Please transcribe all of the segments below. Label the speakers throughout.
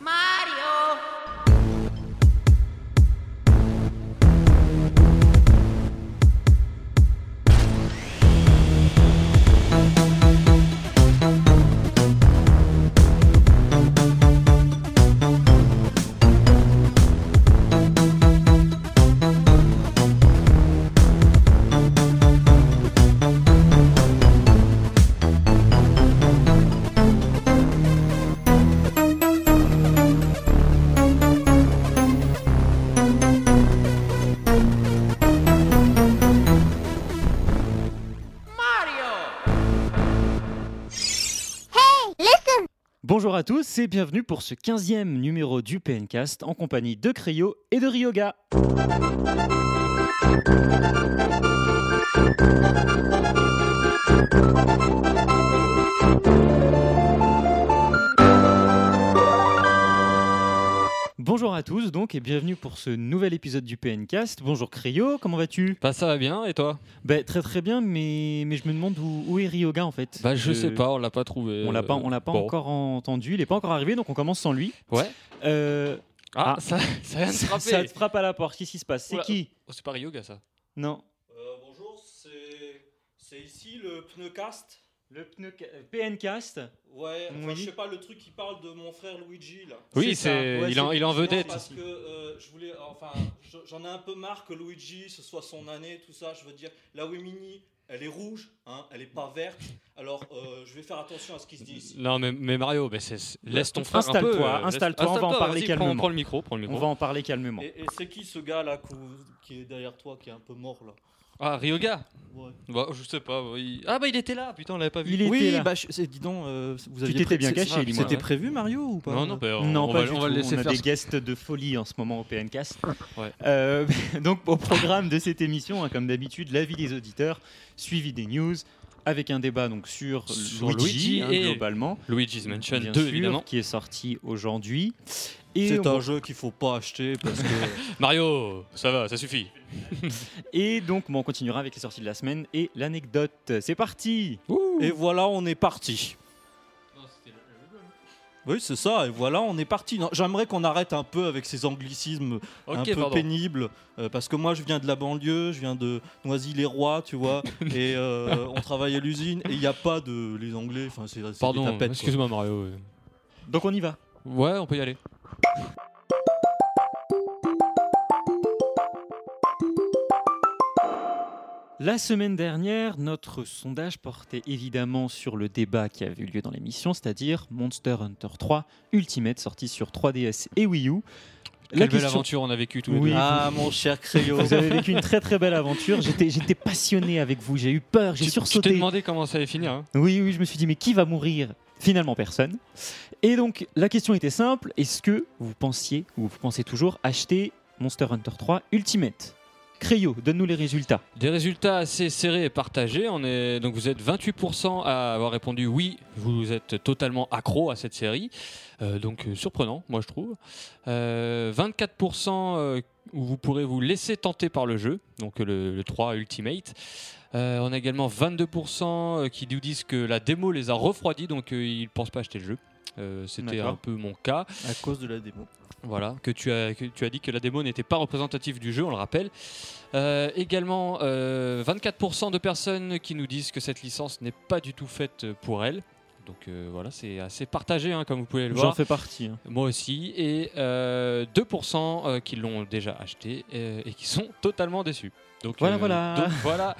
Speaker 1: Mario! Mario!
Speaker 2: Bonjour à tous et bienvenue pour ce 15e numéro du PNcast en compagnie de Cryo et de Ryoga. Bonjour à tous donc et bienvenue pour ce nouvel épisode du PNcast. Bonjour Cryo, comment vas-tu
Speaker 3: Bah ça va bien et toi
Speaker 2: Ben Très très bien mais, mais je me demande où, où est Ryoga en fait.
Speaker 3: Bah je
Speaker 2: Euh,
Speaker 3: sais pas, on l'a pas trouvé.
Speaker 2: On l'a pas, on l'a pas
Speaker 3: Bon.
Speaker 2: encore entendu, il n'est pas encore arrivé donc on commence sans lui.
Speaker 3: Ouais.
Speaker 2: Euh,
Speaker 3: Ah,
Speaker 2: Ah.
Speaker 3: ça, ça vient de
Speaker 2: ça,
Speaker 3: frapper.
Speaker 2: te frappe à la porte, qu'est-ce qui se passe C'est
Speaker 3: Oula.
Speaker 2: qui
Speaker 3: Oh, c'est pas Ryoga ça.
Speaker 2: Non.
Speaker 4: Euh, bonjour, c'est c'est ici le pneumcast.
Speaker 2: Le euh, PNcast
Speaker 4: Ouais, enfin,
Speaker 2: Oui.
Speaker 4: je sais pas le truc qui parle de mon frère Luigi là.
Speaker 2: C'est
Speaker 3: Oui,
Speaker 2: ça.
Speaker 3: c'est
Speaker 2: Ouais,
Speaker 3: il, en,
Speaker 2: c'est-
Speaker 3: il est en
Speaker 4: Non,
Speaker 3: vedette.
Speaker 4: parce que euh, je voulais, enfin, je- j'en ai un peu marre que Luigi, ce soit son année, tout ça. Je veux dire, la Wii Mini, elle est rouge, hein, elle est pas verte. Alors, euh, je vais faire attention à ce qui se dit ici.
Speaker 3: Non mais, mais Mario, mais c'est- c'est- laisse ton frère un
Speaker 2: Bah, Installe-toi,
Speaker 3: peu. euh, laisse-
Speaker 2: installe-toi, on va en
Speaker 3: installe-toi,
Speaker 2: parler
Speaker 3: vas-y,
Speaker 2: calmement.
Speaker 3: Prends, prends le micro, prends le
Speaker 2: On
Speaker 3: micro.
Speaker 2: va en parler calmement.
Speaker 4: Et, et c'est qui ce gars là cou- qui est derrière toi, qui est un peu mort là
Speaker 3: Ah Ryoga.
Speaker 4: Ouais.
Speaker 3: Bah je sais pas. oui. Ah bah il était là, putain, on l'avait pas vu.
Speaker 2: Il était
Speaker 5: Oui,
Speaker 2: là.
Speaker 5: bah, je- c'est- dis donc, euh, vous aviez
Speaker 2: t'étais
Speaker 5: pré-
Speaker 2: bien
Speaker 5: c'est-
Speaker 2: caché,
Speaker 5: c'est-
Speaker 2: dis-moi.
Speaker 5: C'était
Speaker 3: Ouais.
Speaker 5: prévu, Mario, ou pas
Speaker 3: Non non, bah, on,
Speaker 2: non,
Speaker 3: on
Speaker 2: pas
Speaker 3: va,
Speaker 2: du
Speaker 3: on va
Speaker 2: tout.
Speaker 3: le laisser
Speaker 2: on a
Speaker 3: faire.
Speaker 2: des guests de folie en ce moment au PNcast.
Speaker 3: Ouais.
Speaker 2: Euh, donc, au programme de cette émission, hein, comme d'habitude, l'avis des auditeurs, suivi des news, avec un débat donc sur,
Speaker 3: Sur
Speaker 2: Luigi,
Speaker 3: Luigi
Speaker 2: hein,
Speaker 3: et-
Speaker 2: globalement,
Speaker 3: Luigi's Mansion
Speaker 2: bien
Speaker 3: 2
Speaker 2: sûr,
Speaker 3: évidemment.
Speaker 2: qui est sorti aujourd'hui. Et,
Speaker 5: C'est
Speaker 2: on-
Speaker 5: un jeu qu'il faut pas acheter parce que.
Speaker 3: Mario, ça va, ça suffit.
Speaker 2: et donc, bon, on continuera avec les sorties de la semaine et l'anecdote. C'est parti
Speaker 5: et voilà, on est parti. Oui, c'est ça, et voilà, on est parti. Non, J'aimerais qu'on arrête un peu avec ces anglicismes un
Speaker 3: Ok,
Speaker 5: peu
Speaker 3: pardon.
Speaker 5: pénibles, euh, parce que moi je viens de la banlieue, je viens de Noisy-les-Rois, tu vois, et euh, on travaille à l'usine, et il n'y a pas de. Les Anglais, enfin, c'est c'est des
Speaker 3: Pardon,
Speaker 5: tapettes, quoi.
Speaker 3: excuse-moi Mario.
Speaker 2: Donc, on y va.
Speaker 3: Ouais, on peut y aller.
Speaker 2: La semaine dernière, notre sondage portait évidemment sur le débat qui avait eu lieu dans l'émission, c'est-à-dire Monster Hunter 3 Ultimate, sorti sur 3DS et Wii U.
Speaker 3: Quelle belle aventure on a vécu tous les
Speaker 2: Oui.
Speaker 3: deux.
Speaker 5: Ah, mon cher Crayo.
Speaker 2: Vous avez vécu une très très belle aventure. J'étais, j'étais passionné avec vous. J'ai eu peur, j'ai
Speaker 3: Tu- Tu
Speaker 2: sursauté.
Speaker 3: t'es demandé comment ça allait finir. hein.
Speaker 2: Oui, oui, je me suis dit, mais qui va mourir Finalement, personne. Et donc, la question était simple est-ce que vous pensiez, ou vous pensez toujours, acheter Monster Hunter 3 Ultimate Crayo, donne-nous les résultats.
Speaker 3: Des résultats assez serrés et partagés. On est, donc vous êtes 28% à avoir répondu oui, vous êtes totalement accro à cette série. Euh, donc euh, surprenant, moi je trouve. Euh, 24% euh, où vous pourrez vous laisser tenter par le jeu, donc euh, le, le 3 Ultimate. Euh, on a également 22% euh, qui nous disent que la démo les a refroidis, donc euh, ils ne pensent pas acheter le jeu. Euh, C'était
Speaker 2: D'accord.
Speaker 3: un peu mon cas.
Speaker 5: À cause de la démo.
Speaker 3: Voilà, que tu as, que tu as dit que la démo n'était pas représentative du jeu, on le rappelle. Euh, également, euh, 24% de personnes qui nous disent que cette licence n'est pas du tout faite pour elles. Donc euh, voilà, c'est assez partagé, hein, comme vous pouvez le
Speaker 2: J'en
Speaker 3: voir.
Speaker 2: fais partie. hein.
Speaker 3: Moi aussi. Et euh, 2% euh, qui l'ont déjà acheté euh, et qui sont totalement déçus. Donc
Speaker 2: Voilà, voilà.
Speaker 3: donc voilà,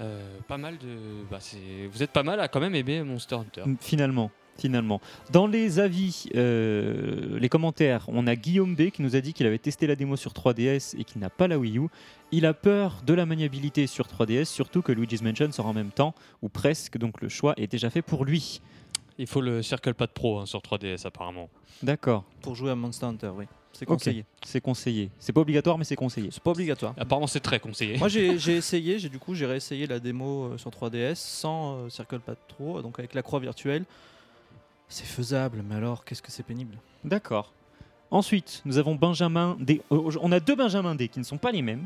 Speaker 3: euh, pas mal de. bah, c'est- vous êtes pas mal à quand même aimer Monster Hunter.
Speaker 2: Mm, Finalement, finalement. Dans les avis, euh, les commentaires, on a Guillaume B qui nous a dit qu'il avait testé la démo sur 3DS et qu'il n'a pas la Wii U. Il a peur de la maniabilité sur 3DS, surtout que Luigi's Mansion sort en même temps, ou presque, donc le choix est déjà fait pour lui.
Speaker 3: Il faut le Circle Pad Pro hein, sur 3DS apparemment.
Speaker 2: D'accord,
Speaker 5: Pour jouer à Monster Hunter, oui. C'est conseillé.
Speaker 2: c'est conseillé. C'est pas obligatoire, mais c'est conseillé.
Speaker 5: C'est pas obligatoire.
Speaker 3: Apparemment, c'est très conseillé.
Speaker 5: Moi j'ai j'ai essayé, j'ai du coup j'ai réessayé la démo euh, sur 3DS sans euh, Circle Pad Pro, donc avec la croix virtuelle. C'est faisable, mais alors qu'est-ce que c'est pénible.
Speaker 2: D'accord. Ensuite, nous avons Benjamin D. Euh, on a deux Benjamin D qui ne sont pas les mêmes.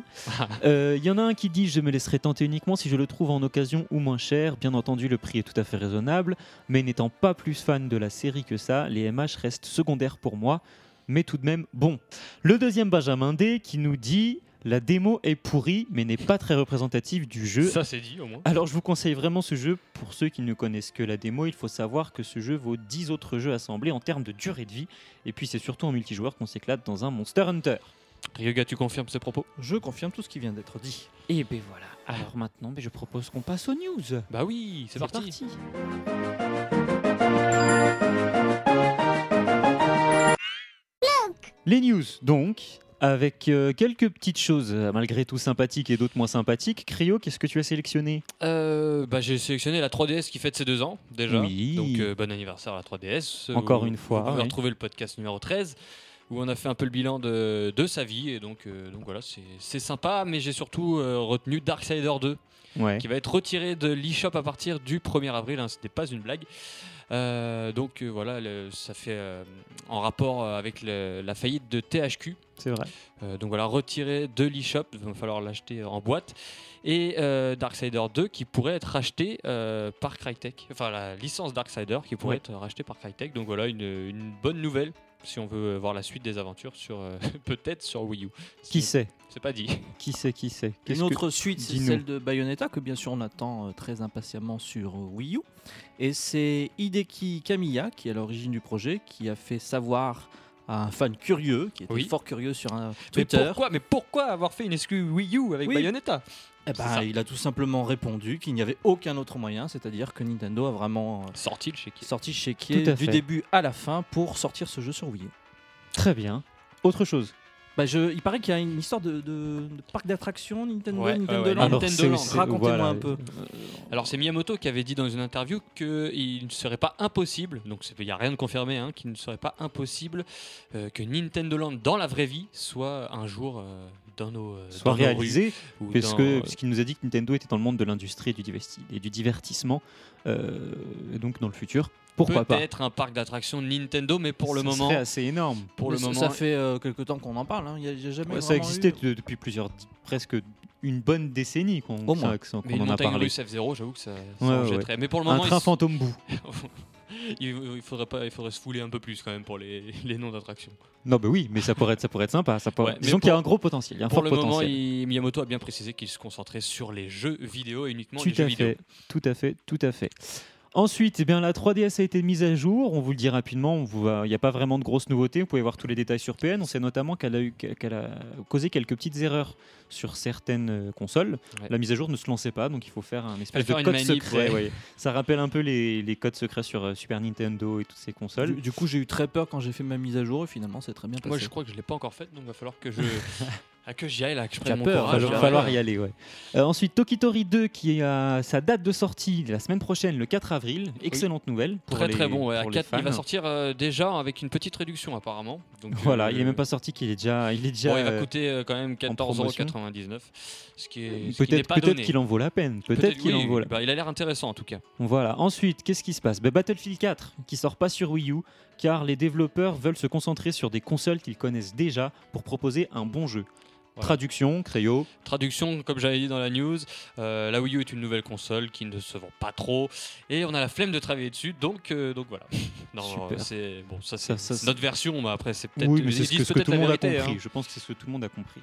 Speaker 2: Euh, Il y en a un qui dit Je me laisserai tenter uniquement si je le trouve en occasion ou moins cher. Bien entendu, le prix est tout à fait raisonnable, mais n'étant pas plus fan de la série que ça, les MH restent secondaires pour moi, mais tout de même bon. Le deuxième Benjamin D qui nous dit La démo est pourrie, mais n'est pas très représentative du jeu.
Speaker 3: Ça, c'est dit au moins.
Speaker 2: Alors je vous conseille vraiment ce jeu, pour ceux qui ne connaissent que la démo, il faut savoir que ce jeu vaut 10 autres jeux assemblés en termes de durée de vie, et puis c'est surtout en multijoueur qu'on s'éclate dans un Monster Hunter.
Speaker 3: Ryoga, tu confirmes ces propos
Speaker 4: Je confirme tout ce qui vient d'être dit.
Speaker 2: Et ben voilà, alors maintenant ben, je propose qu'on passe aux news.
Speaker 3: Bah oui, c'est parti.
Speaker 2: Les news donc, avec euh, quelques petites choses euh, malgré tout sympathiques et d'autres moins sympathiques. Cryo, qu'est-ce que tu as sélectionné
Speaker 3: Euh, bah, j'ai sélectionné la 3DS qui fête ses deux ans déjà.
Speaker 2: Oui.
Speaker 3: Donc euh, bon anniversaire à la 3DS. Euh,
Speaker 2: Encore
Speaker 3: vous-
Speaker 2: une fois,
Speaker 3: Vous pouvez
Speaker 2: oui.
Speaker 3: retrouver le podcast numéro 13 où on a fait un peu le bilan de, de sa vie. Et donc, euh, donc voilà, c'est- c'est sympa, mais j'ai surtout euh, retenu Darksider 2
Speaker 2: Ouais.
Speaker 3: qui va être retiré de l'eShop à partir du 1er avril. hein, ce n'est pas une blague. Euh, donc euh, voilà, le- ça fait euh, en rapport avec le- la faillite de THQ.
Speaker 2: C'est vrai.
Speaker 3: Euh, donc voilà, retiré de l'eShop, il va falloir l'acheter euh, en boîte. Et euh, Darksider 2 qui pourrait être racheté euh, par Crytek. Enfin, la licence Darksider qui
Speaker 2: Ouais.
Speaker 3: pourrait être rachetée par Crytek. Donc voilà, une, une bonne nouvelle si on veut euh, voir la suite des aventures sur euh, peut-être sur Wii U.
Speaker 2: Qui
Speaker 3: C'est-
Speaker 2: sait
Speaker 3: C'est pas dit.
Speaker 2: Qui sait Qui sait Qu'est-ce
Speaker 4: Une
Speaker 2: que-
Speaker 4: autre suite, c'est
Speaker 2: Dis-nous.
Speaker 4: celle de Bayonetta, que bien sûr on attend euh, très impatiemment sur euh, Wii U. Et c'est Hideki Kamiya, qui est à l'origine du projet, qui a fait savoir à un fan curieux, qui était
Speaker 3: Oui.
Speaker 4: fort curieux sur un
Speaker 3: Mais
Speaker 4: Twitter.
Speaker 3: pourquoi, mais pourquoi avoir fait une exclu Wii U avec
Speaker 4: Oui.
Speaker 3: Bayonetta
Speaker 4: Eh
Speaker 3: C'est ça.
Speaker 4: ben, il a tout simplement répondu qu'il n'y avait aucun autre moyen, c'est-à-dire que Nintendo a vraiment euh,
Speaker 3: Sorti le chéquier.
Speaker 4: sorti chez qui
Speaker 2: Tout à
Speaker 4: du
Speaker 2: fait.
Speaker 4: début à la fin pour sortir ce jeu sur Wii U.
Speaker 2: Très bien. Autre chose.
Speaker 4: Bah, je, il paraît qu'il y a une histoire de, de- de parc d'attractions Nintendo,
Speaker 3: Ouais, ouais,
Speaker 4: Nintendo
Speaker 3: ouais.
Speaker 4: Land.
Speaker 3: Alors,
Speaker 2: c'est-
Speaker 3: Land,
Speaker 2: c'est-
Speaker 4: racontez-moi
Speaker 2: voilà. Euh,
Speaker 4: un peu.
Speaker 3: Alors c'est Miyamoto qui avait dit dans une interview qu'il ne serait pas impossible, donc il n'y a rien de confirmé, hein, qu'il ne serait pas impossible euh, que Nintendo Land dans la vraie vie soit un jour euh, dans nos euh,
Speaker 2: Soit
Speaker 3: dans nos rues
Speaker 2: réalisé
Speaker 3: ou
Speaker 2: Parce
Speaker 3: dans- euh,
Speaker 2: que- puisqu'il nous a dit que Nintendo était dans le monde de l'industrie et du, divesti- et du divertissement, euh, et donc dans le futur, pourquoi pas
Speaker 3: peut-être un parc d'attractions Nintendo, mais pour le
Speaker 2: Ce
Speaker 3: moment,
Speaker 2: serait assez énorme.
Speaker 3: pour le
Speaker 4: Mais ça-
Speaker 3: moment,
Speaker 4: Ça fait euh, quelque temps qu'on en parle, hein. il n'y a, il y a jamais
Speaker 2: Ouais, ça
Speaker 4: vraiment
Speaker 2: existait
Speaker 4: eu-
Speaker 2: de- depuis plusieurs, presque une bonne décennie qu'on
Speaker 4: Au moins.
Speaker 2: ça- que ça-
Speaker 3: mais
Speaker 2: qu'on
Speaker 3: une
Speaker 2: en a
Speaker 3: montagne
Speaker 2: parlé.
Speaker 3: russe F0, j'avoue que ça, ça
Speaker 2: Ouais,
Speaker 3: en
Speaker 2: ouais.
Speaker 3: jetterait. Mais pour le
Speaker 2: Un
Speaker 3: moment,
Speaker 2: train
Speaker 3: il,
Speaker 2: fantôme bout.
Speaker 3: il- il faudrait pas, il faudrait se fouler un peu plus quand même pour les, les noms d'attractions.
Speaker 2: Non, bah oui, mais ça pourrait être, ça pourrait être sympa. Ça pourrait...
Speaker 3: Ouais, mais
Speaker 2: Disons qu'il y a
Speaker 3: pour-
Speaker 2: un gros potentiel. il y a un
Speaker 3: Pour
Speaker 2: fort
Speaker 3: le
Speaker 2: potentiel.
Speaker 3: moment, il- Miyamoto a bien précisé qu'il se concentrait sur les jeux vidéo et uniquement
Speaker 2: Tout
Speaker 3: les jeux
Speaker 2: à
Speaker 3: vidéo.
Speaker 2: fait, tout à fait, tout à fait. Ensuite, eh bien, la 3DS a été mise à jour. On vous le dit rapidement, on vous va- il n'y a pas vraiment de grosses nouveautés. Vous pouvez voir tous les détails sur PN. On sait notamment qu'elle a, eu- qu'elle a causé quelques petites erreurs sur certaines euh, consoles.
Speaker 3: Ouais.
Speaker 2: La mise à jour ne se lançait pas, donc il faut faire un espèce
Speaker 3: faire
Speaker 2: de
Speaker 3: une
Speaker 2: code
Speaker 3: manip,
Speaker 2: secret.
Speaker 3: ouais.
Speaker 2: ouais. Ça rappelle un peu les, les codes secrets sur euh, Super Nintendo et toutes ces consoles.
Speaker 4: Du, du coup, j'ai eu très peur quand j'ai fait ma mise à jour et finalement, c'est très bien passé.
Speaker 3: Moi, je crois que je l'ai pas encore faite, donc il va falloir que je ah, que j'y aille là, que je
Speaker 4: Tu as
Speaker 3: prenne mon
Speaker 4: peur,
Speaker 2: Il hein, va
Speaker 4: Ah,
Speaker 3: courage. hein.
Speaker 4: j'ai
Speaker 2: falloir-
Speaker 4: un
Speaker 2: falloir
Speaker 4: peu.
Speaker 2: y aller, ouais. Euh, ensuite, Tokitori 2 qui a sa date de sortie la semaine prochaine, le 4 avril. Excellente nouvelle. Pour
Speaker 3: Très
Speaker 2: les-
Speaker 3: très bon, ouais, à
Speaker 2: pour les
Speaker 3: quatre, il va
Speaker 2: fans.
Speaker 3: sortir euh, déjà avec une petite réduction apparemment. Donc,
Speaker 2: Voilà,
Speaker 3: euh,
Speaker 2: il est même pas sorti qu'il est déjà, il est déjà.
Speaker 3: Bon, il va
Speaker 2: euh,
Speaker 3: coûter euh, quand même
Speaker 2: promotion.
Speaker 3: 14,99€, ce qui est ce qui n'est
Speaker 2: peut-être
Speaker 3: pas
Speaker 2: peut-être
Speaker 3: donné.
Speaker 2: qu'il en vaut la peine. Peut-être qu'il
Speaker 3: oui,
Speaker 2: en vaut. La...
Speaker 3: bah, il a l'air intéressant en tout cas.
Speaker 2: Voilà. Ensuite, qu'est-ce qui se passe Ben, Battlefield 4 qui sort pas sur Wii U car les développeurs veulent se concentrer sur des consoles qu'ils connaissent déjà pour proposer un bon jeu.
Speaker 3: Voilà.
Speaker 2: Traduction, Créo.
Speaker 3: Traduction, comme j'avais dit dans la news, euh, la Wii U est une nouvelle console qui ne se vend pas trop et on a la flemme de travailler dessus, donc euh, donc voilà. Non,
Speaker 2: Super.
Speaker 3: c'est bon, ça c'est
Speaker 2: Ça- ça,
Speaker 3: c'est notre version, mais après c'est peut-être.
Speaker 2: oui, mais
Speaker 3: ils
Speaker 2: c'est ce que,
Speaker 3: disent
Speaker 2: ce que
Speaker 3: peut-être
Speaker 2: tout le
Speaker 3: la
Speaker 2: monde
Speaker 3: vérité,
Speaker 2: a
Speaker 3: hein.
Speaker 2: compris. Je pense que c'est ce que tout le monde a compris.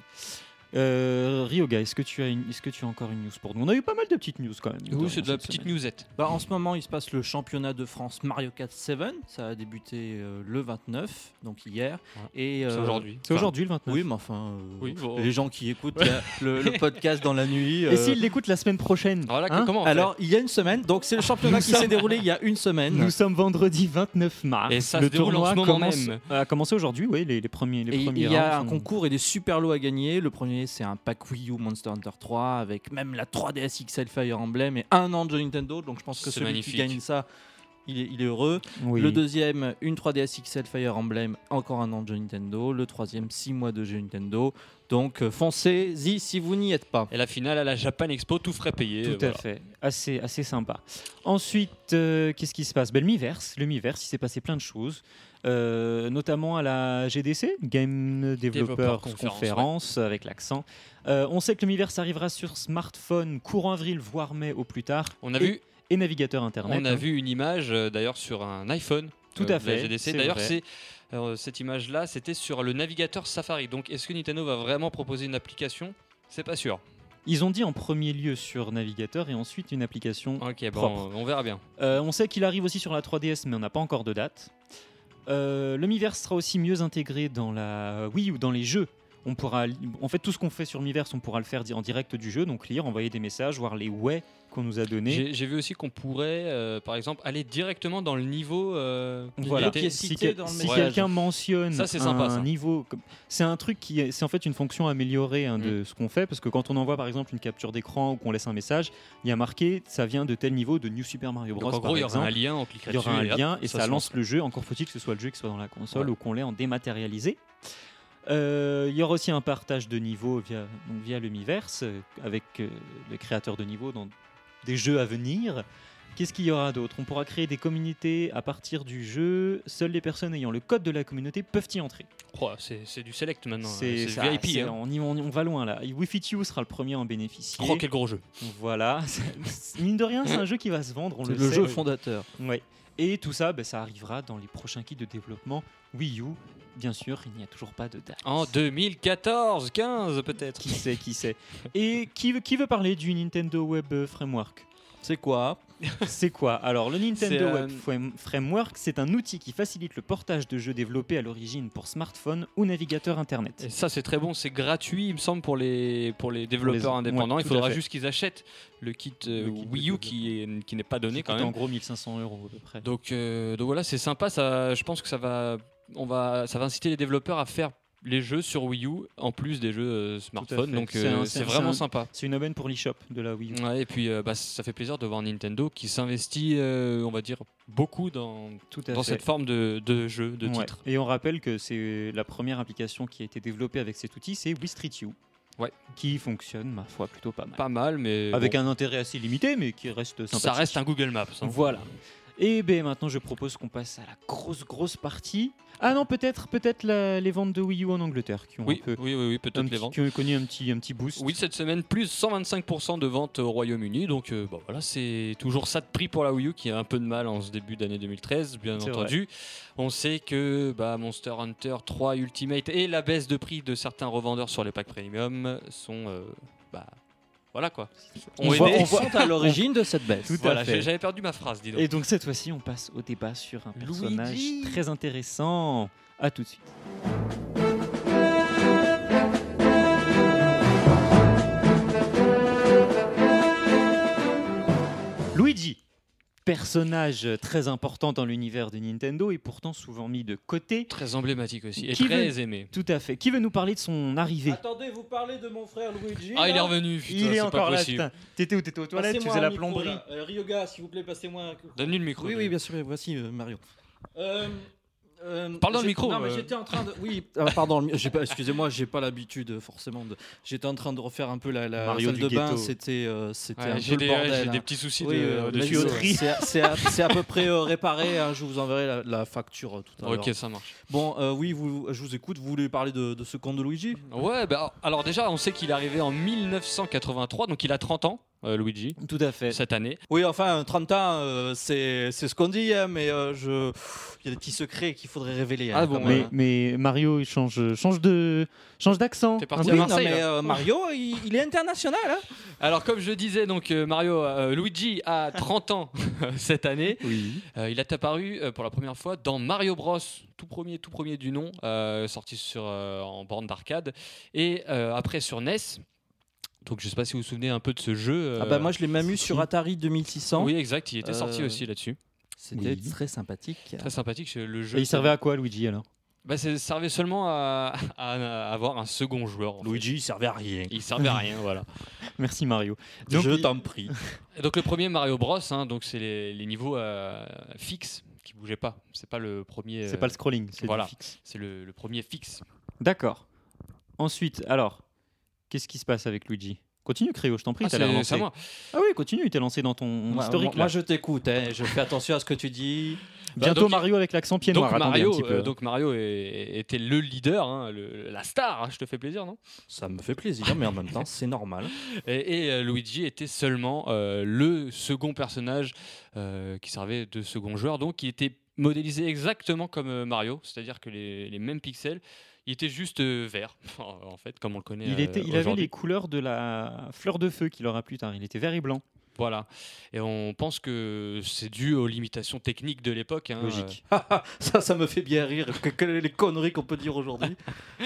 Speaker 2: Euh, Ryoga, est-ce que tu as une, est-ce que tu as encore une news pour nous On a eu pas mal de petites news quand même.
Speaker 3: Oui, c'est de la
Speaker 2: cette
Speaker 3: petite
Speaker 2: semaine.
Speaker 3: newsette.
Speaker 4: Bah, en ce moment, il se passe le championnat de France Mario Kart 7. Ça a débuté euh, le 29, donc hier.
Speaker 3: Ouais.
Speaker 4: Et
Speaker 3: C'est
Speaker 4: euh,
Speaker 3: aujourd'hui.
Speaker 2: C'est aujourd'hui le 29.
Speaker 4: Oui, mais enfin, euh,
Speaker 3: Oui, bon.
Speaker 4: les gens qui écoutent la- le, le podcast dans la nuit. euh,
Speaker 2: Et s'il l'écoute la semaine prochaine
Speaker 3: Alors là, que-
Speaker 2: hein
Speaker 3: comment on fait
Speaker 4: alors, il y a une semaine, donc c'est le championnat qui s'est déroulé il y a une semaine.
Speaker 2: Nous sommes vendredi 29 mars.
Speaker 3: Et ça
Speaker 2: le
Speaker 3: se déroule en
Speaker 2: tournoi
Speaker 3: ce moment
Speaker 2: commence-
Speaker 3: même.
Speaker 2: a commencé aujourd'hui, oui, les, les premiers. Les
Speaker 4: Et il
Speaker 2: premiers hein,
Speaker 4: y a un
Speaker 2: rounds sont-
Speaker 4: concours et des super lots à gagner. Le premier, c'est un pack Wii U Monster Hunter 3 avec même la 3DS XL Fire Emblem et un an de jeu Nintendo. Donc je pense que
Speaker 3: C'est
Speaker 4: celui
Speaker 3: magnifique.
Speaker 4: qui gagne ça,
Speaker 5: il est, il est heureux.
Speaker 2: Oui.
Speaker 5: Le deuxième, une 3DS XL Fire Emblem, encore un an de jeu Nintendo. Le troisième, six mois de jeu Nintendo. Donc euh, foncez-y si vous n'y êtes pas.
Speaker 3: Et la finale à la Japan Expo, tout frais payé.
Speaker 2: Tout à
Speaker 3: voilà.
Speaker 2: fait, assez, assez sympa. Ensuite, euh, qu'est-ce qui se passe ben, Le Miiverse, le Miiverse, il s'est passé plein de choses, euh, notamment à la GDC, Game Developer
Speaker 3: Développeur
Speaker 2: Conference,
Speaker 3: Conférence,
Speaker 2: avec l'accent. Euh, on sait que le Miiverse arrivera sur smartphone courant avril, voire mai au plus tard,
Speaker 3: On a
Speaker 2: Et-
Speaker 3: vu
Speaker 2: et navigateur internet.
Speaker 3: On a
Speaker 2: hein.
Speaker 3: vu une image euh, d'ailleurs sur un iPhone. euh,
Speaker 2: Tout à
Speaker 3: de la
Speaker 2: fait,
Speaker 3: GDC.
Speaker 2: c'est
Speaker 3: D'ailleurs,
Speaker 2: vrai.
Speaker 3: c'est euh, cette image-là, c'était sur le navigateur Safari. Donc, est-ce que Nintendo va vraiment proposer une application C'est pas sûr.
Speaker 2: Ils ont dit en premier lieu sur navigateur et ensuite une application
Speaker 3: Ok, bon,
Speaker 2: Propre.
Speaker 3: on verra bien.
Speaker 2: Euh, on sait qu'il arrive aussi sur la 3DS, mais on n'a pas encore de date. Euh, le Miiverse sera aussi mieux intégré dans la Wii ou dans les jeux. On pourra, li- en fait, tout ce qu'on fait sur le Miiverse, on pourra le faire di- en direct du jeu, donc lire, envoyer des messages, voir les ouais qu'on nous a donnés.
Speaker 3: J'ai j'ai vu aussi qu'on pourrait, euh, par exemple, aller directement dans le niveau. euh,
Speaker 2: Voilà.
Speaker 3: qui était-
Speaker 5: cité
Speaker 2: Si, que-
Speaker 5: dans le
Speaker 2: si
Speaker 5: message.
Speaker 2: quelqu'un mentionne
Speaker 3: Ça, c'est sympa,
Speaker 2: un
Speaker 3: ça.
Speaker 2: niveau, comme- c'est un truc qui, est- c'est en fait une fonction améliorée hein,
Speaker 3: Mm.
Speaker 2: de ce qu'on fait, parce que quand on envoie par exemple une capture d'écran ou qu'on laisse un message, il y a marqué, ça vient de tel niveau de New Super Mario Bros.
Speaker 3: Donc, en
Speaker 2: par
Speaker 3: gros, il y aura
Speaker 2: exemple.
Speaker 3: un lien, on cliquera
Speaker 2: Il y aura un
Speaker 3: dessus et hop,
Speaker 2: lien et ça,
Speaker 3: se
Speaker 2: lance le jeu. Encore faut-il que ce soit le jeu qui soit dans la console
Speaker 3: Ouais.
Speaker 2: ou qu'on l'ait en dématérialisé. Euh, il y aura aussi un partage de niveaux via, donc via le Miiverse euh, avec euh, les créateurs de niveaux dans des jeux à venir. Qu'est-ce qu'il y aura d'autre On pourra créer des communautés à partir du jeu. Seules les personnes ayant le code de la communauté peuvent y entrer.
Speaker 3: Oh, c'est c'est du select maintenant. C'est
Speaker 2: ça,
Speaker 3: VIP.
Speaker 2: c'est-
Speaker 3: hein.
Speaker 2: on, y- on- on va loin là. Et Wii Fit You sera le premier à en bénéficier.
Speaker 3: Oh, quel gros jeu.
Speaker 2: Voilà. C'est- Mine de rien, c'est un jeu qui va se vendre. On
Speaker 5: C'est
Speaker 2: le,
Speaker 5: le
Speaker 2: sait.
Speaker 5: jeu fondateur.
Speaker 2: Ouais. Et tout ça, ben, ça arrivera dans les prochains kits de développement Wii U. Bien sûr, il n'y a toujours pas de date.
Speaker 3: En 2014, 15 peut-être.
Speaker 2: Qui sait, qui sait. Et qui, veut- qui veut parler du Nintendo Web euh, Framework
Speaker 5: C'est quoi
Speaker 2: C'est quoi Alors, le
Speaker 3: C'est,
Speaker 2: Nintendo
Speaker 3: euh,
Speaker 2: Web Frame- Framework, c'est un outil qui facilite le portage de jeux développés à l'origine pour smartphone ou navigateur Internet.
Speaker 3: Et ça, c'est très bon, c'est gratuit, il me semble, pour les, pour les développeurs
Speaker 2: ouais,
Speaker 3: indépendants. il
Speaker 2: tout à
Speaker 3: faudra
Speaker 2: fait.
Speaker 3: juste qu'ils achètent le kit, euh,
Speaker 2: Le kit de
Speaker 3: Wii U qui, est- qui n'est pas donné
Speaker 2: Ça
Speaker 3: quand
Speaker 2: coûte en
Speaker 3: même.
Speaker 2: gros 1500 euros à peu près.
Speaker 3: Donc, euh, donc voilà, c'est sympa. Ça, je pense que ça va, on va, ça va inciter les développeurs à faire les jeux sur Wii U en plus des jeux euh, smartphone.
Speaker 2: fait.
Speaker 3: Donc
Speaker 2: C'est
Speaker 3: euh,
Speaker 2: un- c'est
Speaker 3: c'est
Speaker 2: un-
Speaker 3: vraiment
Speaker 2: c'est un-
Speaker 3: sympa.
Speaker 2: C'est une aubaine pour l'eShop de la Wii U.
Speaker 3: Ouais, et puis euh, bah, ça fait plaisir de voir Nintendo qui s'investit, euh, on va dire, beaucoup dans,
Speaker 2: Tout à
Speaker 3: dans
Speaker 2: fait.
Speaker 3: cette forme de, de jeu, de
Speaker 2: Ouais.
Speaker 3: titre.
Speaker 2: Et on rappelle que c'est la première application qui a été développée avec cet outil, c'est Wii Street U.
Speaker 3: Ouais.
Speaker 2: Qui fonctionne, ma foi, plutôt pas mal.
Speaker 3: Pas mal, mais
Speaker 2: avec
Speaker 3: bon,
Speaker 2: un intérêt assez limité, mais qui reste sympa.
Speaker 3: ça reste un Google Maps. hein.
Speaker 2: Voilà. Et bien maintenant, je propose qu'on passe à la grosse, grosse partie. Ah non, peut-être peut-être la- les ventes de Wii U en Angleterre qui ont
Speaker 3: Oui,
Speaker 2: un peu.
Speaker 3: oui, oui, oui
Speaker 2: un
Speaker 3: peut-être les
Speaker 2: petit-
Speaker 3: ventes.
Speaker 2: qui ont connu un petit, un petit boost.
Speaker 3: Oui, cette semaine, plus 125% de ventes au Royaume-Uni. Donc euh, bon, voilà, c'est toujours ça de prix pour la Wii U qui a un peu de mal en ce début d'année 2013, bien
Speaker 2: C'est
Speaker 3: entendu. On sait que bah, Monster Hunter 3 Ultimate et la baisse de prix de certains revendeurs sur les packs premium sont. euh, bah, voilà quoi.
Speaker 2: On
Speaker 3: Ont
Speaker 2: voit-
Speaker 3: aidé.
Speaker 2: on voit-
Speaker 5: sont à l'origine de cette baisse.
Speaker 2: Tout à
Speaker 3: Voilà,
Speaker 2: fait.
Speaker 3: j'ai- j'avais perdu ma phrase, dis donc.
Speaker 2: Et donc cette fois-ci, on passe au débat sur un personnage
Speaker 5: Luigi.
Speaker 2: très intéressant. À tout de suite. Luigi, personnage très important dans l'univers de Nintendo et pourtant souvent mis de côté.
Speaker 3: Très emblématique aussi et
Speaker 2: Qui
Speaker 3: très
Speaker 2: veut-
Speaker 3: aimé.
Speaker 2: Tout à fait. Qui veut nous parler de son arrivée
Speaker 4: Attendez, vous parlez de mon frère Luigi.
Speaker 3: Ah, il est
Speaker 4: là
Speaker 3: revenu, putain,
Speaker 2: Il est
Speaker 3: c'est
Speaker 2: encore
Speaker 3: pas
Speaker 2: là,
Speaker 3: possible.
Speaker 2: putain. T'étais où T'étais aux toilettes, tu
Speaker 4: Passez-moi
Speaker 2: faisais
Speaker 4: un
Speaker 2: la
Speaker 4: micro,
Speaker 2: plomberie.
Speaker 4: là. Euh, Ryoga, s'il vous plaît, passez-moi un.
Speaker 3: Donne-lui le micro.
Speaker 5: Oui, oui, bien sûr. et Voici euh, Mario.
Speaker 4: Euh, euh,
Speaker 3: Parle dans le
Speaker 4: j'ai-
Speaker 3: micro,
Speaker 4: Non, mais
Speaker 3: euh.
Speaker 4: j'étais en train de. Oui.
Speaker 5: Ah, pardon, le mi- j'ai pas- excusez-moi, j'ai pas l'habitude euh, forcément. de- J'étais en train de refaire un peu la, la
Speaker 2: Mario
Speaker 5: salle
Speaker 2: du
Speaker 5: de bain.
Speaker 2: ghetto.
Speaker 5: C'était, euh, c'était
Speaker 3: Ouais,
Speaker 5: un peu
Speaker 3: J'ai
Speaker 5: le
Speaker 3: des,
Speaker 5: bordel.
Speaker 3: j'ai
Speaker 5: hein.
Speaker 3: des petts soucis
Speaker 5: Oui,
Speaker 3: de,
Speaker 5: euh,
Speaker 3: de
Speaker 5: là,
Speaker 3: tuyaux.
Speaker 2: tuyauterie.
Speaker 5: c'est, c'est à, c'est à peu près euh, réparé. hein, je vous enverrai la, la facture euh, tout à l'heure.
Speaker 3: Ok, ça marche.
Speaker 5: Bon, euh, oui, vous- je vous écoute. Vous voulez parler de, de ce conte de Luigi
Speaker 3: Ouais, bah, alors déjà, on sait qu'il est arrivé en 1983, donc il a 30 ans, euh, Luigi,
Speaker 2: Tout à fait.
Speaker 3: cette année.
Speaker 5: Oui, enfin, 30 ans, euh, c'est, c'est ce qu'on dit, hein, mais euh, je... il y a des petits secrets qu'il faudrait révéler.
Speaker 3: Ah
Speaker 5: hein,
Speaker 3: bon,
Speaker 5: quand même,
Speaker 2: Mais,
Speaker 5: hein.
Speaker 2: mais Mario il change, change de change d'accent.
Speaker 3: T'es parti
Speaker 2: Un
Speaker 5: Oui,
Speaker 2: peu.
Speaker 5: non,
Speaker 3: Marseille,
Speaker 5: mais
Speaker 3: là.
Speaker 5: euh, Mario, il, il est international. hein.
Speaker 3: Alors, comme je disais, donc euh, Mario, euh, Luigi a 30 ans cette année. Euh, il est apparu euh, pour la première fois dans Mario Bros, tout premier, tout premier du nom, euh, sorti sur, euh, en borne d'arcade, et euh, après sur NES. Donc, je sais pas si vous vous souvenez un peu de ce jeu. euh,
Speaker 5: Ah bah moi, je l'ai même eu sur Atari 2600.
Speaker 3: Oui, exact, il était sorti
Speaker 5: Euh,
Speaker 3: aussi là-dessus.
Speaker 5: C'était
Speaker 2: Oui.
Speaker 5: très sympathique.
Speaker 3: Très sympathique, c'est le jeu.
Speaker 2: Et il servait à quoi Luigi alors
Speaker 3: Bah, ça servait seulement à, à avoir un second joueur. en fait.
Speaker 6: Luigi, il servait à rien.
Speaker 3: Il servait à rien, voilà.
Speaker 2: Merci Mario. Donc,
Speaker 6: Je
Speaker 2: il-
Speaker 6: t'en prie.
Speaker 3: Et donc le premier Mario Bros, hein, donc c'est les, les niveaux euh, fixes qui bougeaient pas. C'est pas le premier.
Speaker 2: c'est
Speaker 3: euh,
Speaker 2: pas le scrolling, c'est
Speaker 3: voilà.
Speaker 2: du fixe.
Speaker 3: c'est le, le premier fixe.
Speaker 2: D'accord. Ensuite, alors, qu'est-ce qui se passe avec Luigi Continue, Créo, je t'en prie,
Speaker 3: Ah,
Speaker 2: t'as l'air
Speaker 3: c'est
Speaker 2: lancé.
Speaker 3: c'est à moi.
Speaker 2: Ah oui, continue, t'es lancé dans ton
Speaker 4: Moi,
Speaker 2: historique.
Speaker 4: moi- moi,
Speaker 2: là.
Speaker 4: je t'écoute, hein, je fais attention à ce que tu dis.
Speaker 2: Bientôt
Speaker 3: donc,
Speaker 2: Mario avec l'accent pied
Speaker 3: donc
Speaker 2: noir. attendez
Speaker 3: Mario,
Speaker 2: un petit peu.
Speaker 3: euh, donc Mario est- était le leader, hein, le- la star. hein, je te fais plaisir, non
Speaker 4: Ça me fait plaisir, mais en même temps, c'est normal.
Speaker 3: Et, et, euh, Luigi était seulement euh, le second personnage euh, qui servait de second joueur, donc il était modélisé exactement comme euh, Mario, c'est-à-dire que les, les mêmes pixels, il était juste euh, vert, en fait, comme on le connaît.
Speaker 2: il,
Speaker 3: euh,
Speaker 2: était, il avait
Speaker 3: aujourd'hui.
Speaker 2: les couleurs de la fleur de feu qu'il aura plus tard. Il était vert et blanc.
Speaker 3: Voilà. Et on pense que c'est dû aux limitations techniques de l'époque. hein.
Speaker 2: Logique.
Speaker 4: ça, ça me fait bien rire. Que- Quelles sont les conneries qu'on peut dire aujourd'hui
Speaker 3: Euh,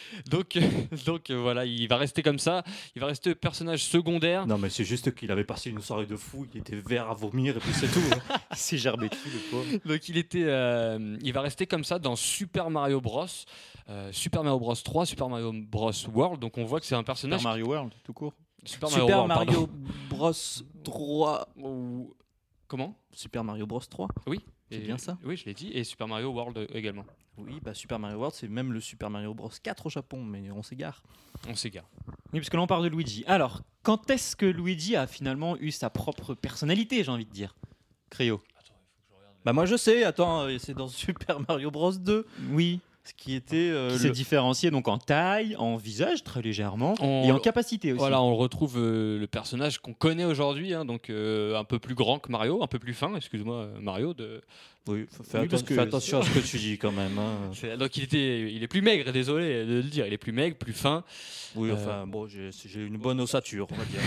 Speaker 3: donc, donc euh, voilà, il va rester comme ça. Il va rester personnage secondaire.
Speaker 6: Non, mais c'est juste qu'il avait passé une soirée de fou, il était vert à vomir et puis c'est tout.
Speaker 3: Ah,
Speaker 2: Il s'est gerbé dessus, le pauvre.
Speaker 3: Donc il était, euh, il va rester comme ça dans Super Mario Bros, euh, Super Mario Bros 3, Super Mario Bros World. Donc on voit que c'est un personnage.
Speaker 2: Super Mario World, tout court.
Speaker 3: Super
Speaker 4: Super
Speaker 3: World, pardon.
Speaker 4: Mario Bros 3.
Speaker 3: Ou- Comment
Speaker 4: Super Mario Bros 3 C'est
Speaker 3: Et-
Speaker 4: bien ça
Speaker 3: Oui, je l'ai dit. Et Super Mario World euh, également.
Speaker 4: Oui, bah Super Mario World, c'est même le Super Mario Bros 4 au Japon, mais on s'égare.
Speaker 3: On s'égare.
Speaker 2: Oui, parce que là, on parle de Luigi. Alors, quand est-ce que Luigi a finalement eu sa propre personnalité, j'ai envie de dire Créo.
Speaker 4: Bah moi je sais, attends, euh, c'est dans Super Mario Bros 2,
Speaker 2: Oui.
Speaker 4: ce qui était... euh,
Speaker 2: Qui
Speaker 4: le-
Speaker 2: s'est différencié donc en taille, en visage, très légèrement,
Speaker 3: On-
Speaker 2: et en capacité aussi.
Speaker 3: Voilà, on retrouve euh, le personnage qu'on connaît aujourd'hui, hein, donc euh, un peu plus grand que Mario, un peu plus fin, excuse-moi, euh, Mario. De...
Speaker 4: Oui, f- fais,
Speaker 2: Oui,
Speaker 4: atten-
Speaker 2: parce que-
Speaker 4: fais attention à ce que tu dis quand même. hein.
Speaker 3: C'est- Donc il, était, il est plus maigre, désolé de le dire, il est plus maigre, plus fin.
Speaker 4: Oui,
Speaker 3: Euh,
Speaker 4: enfin bon, j'ai j'ai une bonne ossature, on va dire.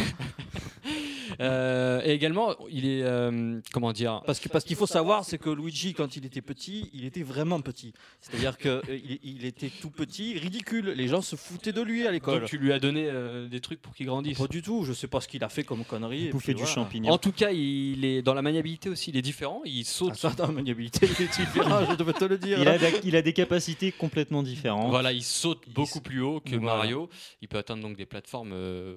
Speaker 3: Euh, et également, il est, euh, comment dire,
Speaker 4: Parce que- parce qu'il faut savoir, c'est que Luigi, quand il était petit, il était vraiment petit. C'est-à-dire qu'il il était tout petit, ridicule. Les gens se foutaient de lui à
Speaker 3: donc
Speaker 4: l'école.
Speaker 3: tu lui as donné euh, des trucs pour qu'il grandisse.
Speaker 4: Pas du tout, je sais pas ce qu'il a fait comme connerie. et
Speaker 2: Bouffer
Speaker 4: puis
Speaker 2: du
Speaker 4: voilà.
Speaker 2: champignon.
Speaker 3: En tout cas, il est dans la maniabilité aussi, il est différent, il
Speaker 4: Ah,
Speaker 3: saute.
Speaker 4: ça, dans la maniabilité, il est différent, je devais te le dire.
Speaker 2: Il a, da- il a des capacités complètement différentes.
Speaker 3: Voilà, il saute beaucoup
Speaker 2: s-
Speaker 3: plus haut que
Speaker 2: Voilà.
Speaker 3: Mario. Il peut atteindre donc des plateformes euh,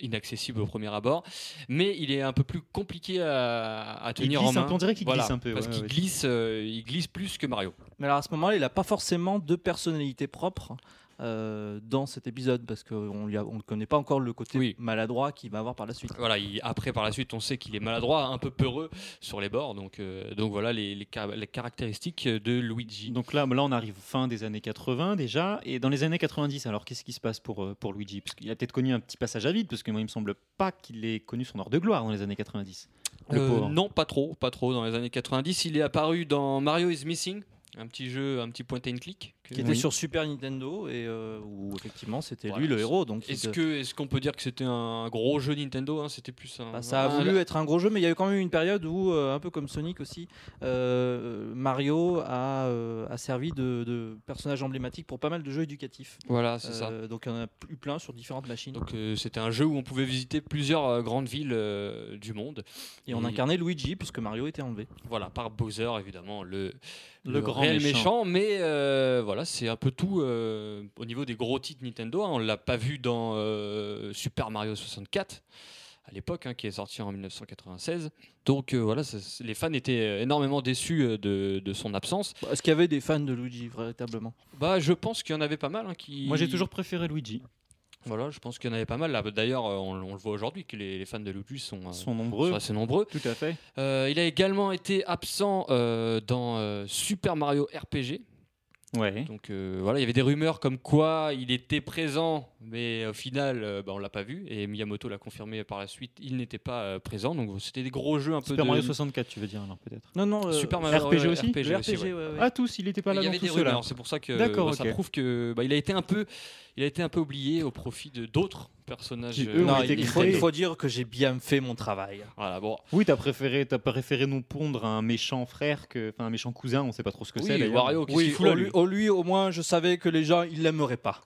Speaker 3: inaccessibles au premier abord, mais il est un peu plus compliqué à, à
Speaker 2: Il
Speaker 3: tenir en
Speaker 2: glisse
Speaker 3: main.
Speaker 2: un peu, on dirait qu'il
Speaker 3: Voilà,
Speaker 2: glisse un peu.
Speaker 3: parce
Speaker 2: ouais,
Speaker 3: qu'il
Speaker 2: ouais.
Speaker 3: glisse, euh, il glisse plus que Mario.
Speaker 4: Mais alors à ce moment-là, il n'a pas forcément de personnalité propre euh, dans cet épisode parce qu'on ne connaît pas encore le côté
Speaker 3: Oui.
Speaker 4: maladroit qu'il va avoir par la suite.
Speaker 3: Voilà, il- après par la suite, on sait qu'il est maladroit, un peu peureux sur les bords. Donc, euh, donc voilà les, les car- les caractéristiques de Luigi.
Speaker 2: Donc là, là, on arrive fin des années 80 déjà. Et dans les années 90, alors qu'est-ce qui se passe pour, euh, pour Luigi Parce qu'il a peut-être connu un petit passage à vide, parce que moi, il me semble pas qu'il ait connu son heure de gloire dans les années 90. Le
Speaker 3: Euh,
Speaker 2: pauvre.
Speaker 3: non, pas trop, pas trop. Dans les années 90, il est apparu dans Mario is Missing, un petit jeu, un petit point and click. que-
Speaker 4: Qui était sur Super Nintendo et euh, où effectivement c'était
Speaker 3: Voilà.
Speaker 4: lui le héros. Donc il
Speaker 3: Est-ce
Speaker 4: de-
Speaker 3: que est-ce qu'on peut dire que c'était un gros jeu Nintendo hein C'était plus un.
Speaker 4: Bah, ça a
Speaker 3: un-
Speaker 4: voulu être un gros jeu, mais il y a eu quand même une période où, euh, un peu comme Sonic aussi, euh, Mario a, euh, a servi de, de personnage emblématique pour pas mal de jeux éducatifs.
Speaker 3: Voilà, c'est ça.
Speaker 4: Euh, Donc il y en a eu plein sur différentes machines.
Speaker 3: Donc euh, c'était un jeu où on pouvait visiter plusieurs euh, grandes villes euh, du monde.
Speaker 4: et on
Speaker 3: et-
Speaker 4: incarnait Luigi puisque Mario était enlevé.
Speaker 3: Voilà, par Bowser évidemment, le,
Speaker 2: Le grand
Speaker 3: réel
Speaker 2: méchant.
Speaker 3: méchant. mais euh, voilà, c'est un peu tout euh, au niveau des gros titres Nintendo. hein. on l'a pas vu dans euh, Super Mario 64 à l'époque, hein, qui est sorti en 1996. Donc euh, voilà, ça- les fans étaient énormément déçus euh, de, de son absence.
Speaker 4: Bah, Est-ce qu'il y avait des fans de Luigi véritablement
Speaker 3: Bah, je pense qu'il y en avait pas mal hein, qui.
Speaker 2: Moi, j'ai toujours préféré Luigi.
Speaker 3: Voilà, je pense qu'il y en avait pas mal. là. D'ailleurs, euh, on, on le voit aujourd'hui que les, les fans de Luigi sont, euh,
Speaker 2: Ils
Speaker 3: sont
Speaker 2: sont nombreux.
Speaker 3: assez nombreux.
Speaker 2: Tout à fait.
Speaker 3: Euh, il a également été absent euh, dans euh, Super Mario RPG.
Speaker 2: Ouais.
Speaker 3: Donc euh, voilà, il y avait des rumeurs comme quoi il était présent, mais au final, euh, bah, on l'a pas vu. Et Miyamoto l'a confirmé par la suite, il n'était pas euh, présent. Donc c'était des gros jeux un peu
Speaker 2: Super
Speaker 3: de
Speaker 2: Mario 64, tu veux dire, alors peut-être
Speaker 4: Non, non, euh,
Speaker 3: Super Mario
Speaker 2: RPG
Speaker 3: euh,
Speaker 2: aussi
Speaker 4: le
Speaker 3: RPG,
Speaker 4: RPG,
Speaker 3: aussi, ouais.
Speaker 4: ouais, ouais.
Speaker 2: Ah, tous, il était pas là
Speaker 3: il y
Speaker 2: dans
Speaker 3: avait
Speaker 2: tout
Speaker 3: des
Speaker 2: cela.
Speaker 3: rumeurs, c'est pour ça que
Speaker 2: D'accord,
Speaker 3: bah, ça
Speaker 2: ok.
Speaker 3: prouve que bah, il a été un peu, il a été un peu oublié au profit de d'autres personnages.
Speaker 2: Qui,
Speaker 3: euh,
Speaker 2: eux, ont
Speaker 4: Non,
Speaker 2: été
Speaker 4: il, faut,
Speaker 2: créés.
Speaker 4: il faut dire que j'ai bien fait mon travail.
Speaker 3: Voilà, bon,
Speaker 2: Oui, t'as préféré, t'as préféré nous pondre un méchant frère, que, enfin un méchant cousin, on sait pas trop ce que
Speaker 3: Oui,
Speaker 2: c'est. d'ailleurs.
Speaker 3: Wario qui se
Speaker 4: Oui,
Speaker 3: fout
Speaker 4: au
Speaker 3: là,
Speaker 4: lui,
Speaker 3: lui.
Speaker 4: au lui, au moins, je savais que les gens, ils l'aimeraient pas.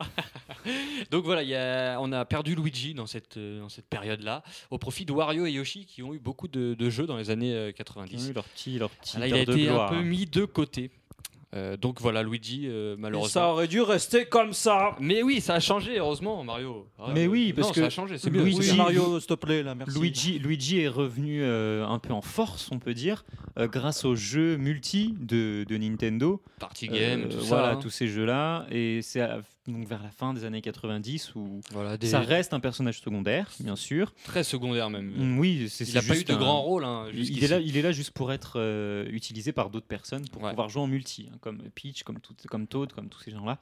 Speaker 3: Donc voilà, il y a- on a perdu Luigi dans cette, euh, dans cette période-là, au profit de Wario et Yoshi qui ont eu beaucoup de, de jeux dans les années euh,
Speaker 2: Oui,
Speaker 3: 90.
Speaker 2: leur petit, leur petit.
Speaker 3: Là, il
Speaker 2: heure
Speaker 3: a
Speaker 2: de
Speaker 3: été un
Speaker 2: gloire.
Speaker 3: peu mis de côté. Euh, donc voilà, Luigi, euh,
Speaker 7: Et
Speaker 3: malheureusement.
Speaker 7: ça aurait dû rester comme ça.
Speaker 3: Mais oui, ça a changé, heureusement, Mario.
Speaker 2: Mais oui, parce
Speaker 3: Non,
Speaker 2: que
Speaker 3: ça a changé. C'est
Speaker 2: Luigi-
Speaker 3: bien.
Speaker 7: Oui, Mario, s'il te plaît, là, merci.
Speaker 2: Luigi, Luigi est revenu euh, un peu en force, on peut dire, euh, grâce aux jeux multi de, de Nintendo.
Speaker 3: Party Game,
Speaker 2: Euh,
Speaker 3: tout
Speaker 2: voilà,
Speaker 3: ça. hein.
Speaker 2: tous ces jeux-là. Et c'est à- donc vers la fin des années 90 où
Speaker 3: Voilà, des...
Speaker 2: ça reste un personnage secondaire, bien sûr.
Speaker 3: très secondaire même.
Speaker 2: Mm, Oui, c'est
Speaker 3: Il
Speaker 2: c'est
Speaker 3: n'a pas eu
Speaker 2: juste
Speaker 3: de
Speaker 2: un-
Speaker 3: grand rôle. hein,
Speaker 2: Il il
Speaker 3: jusqu'ici.
Speaker 2: est, là, il est là juste pour être euh, utilisé par d'autres personnes pour
Speaker 3: Ouais.
Speaker 2: pouvoir jouer en multi, hein, comme Peach, comme, tout- comme Toad, comme tous ces gens-là.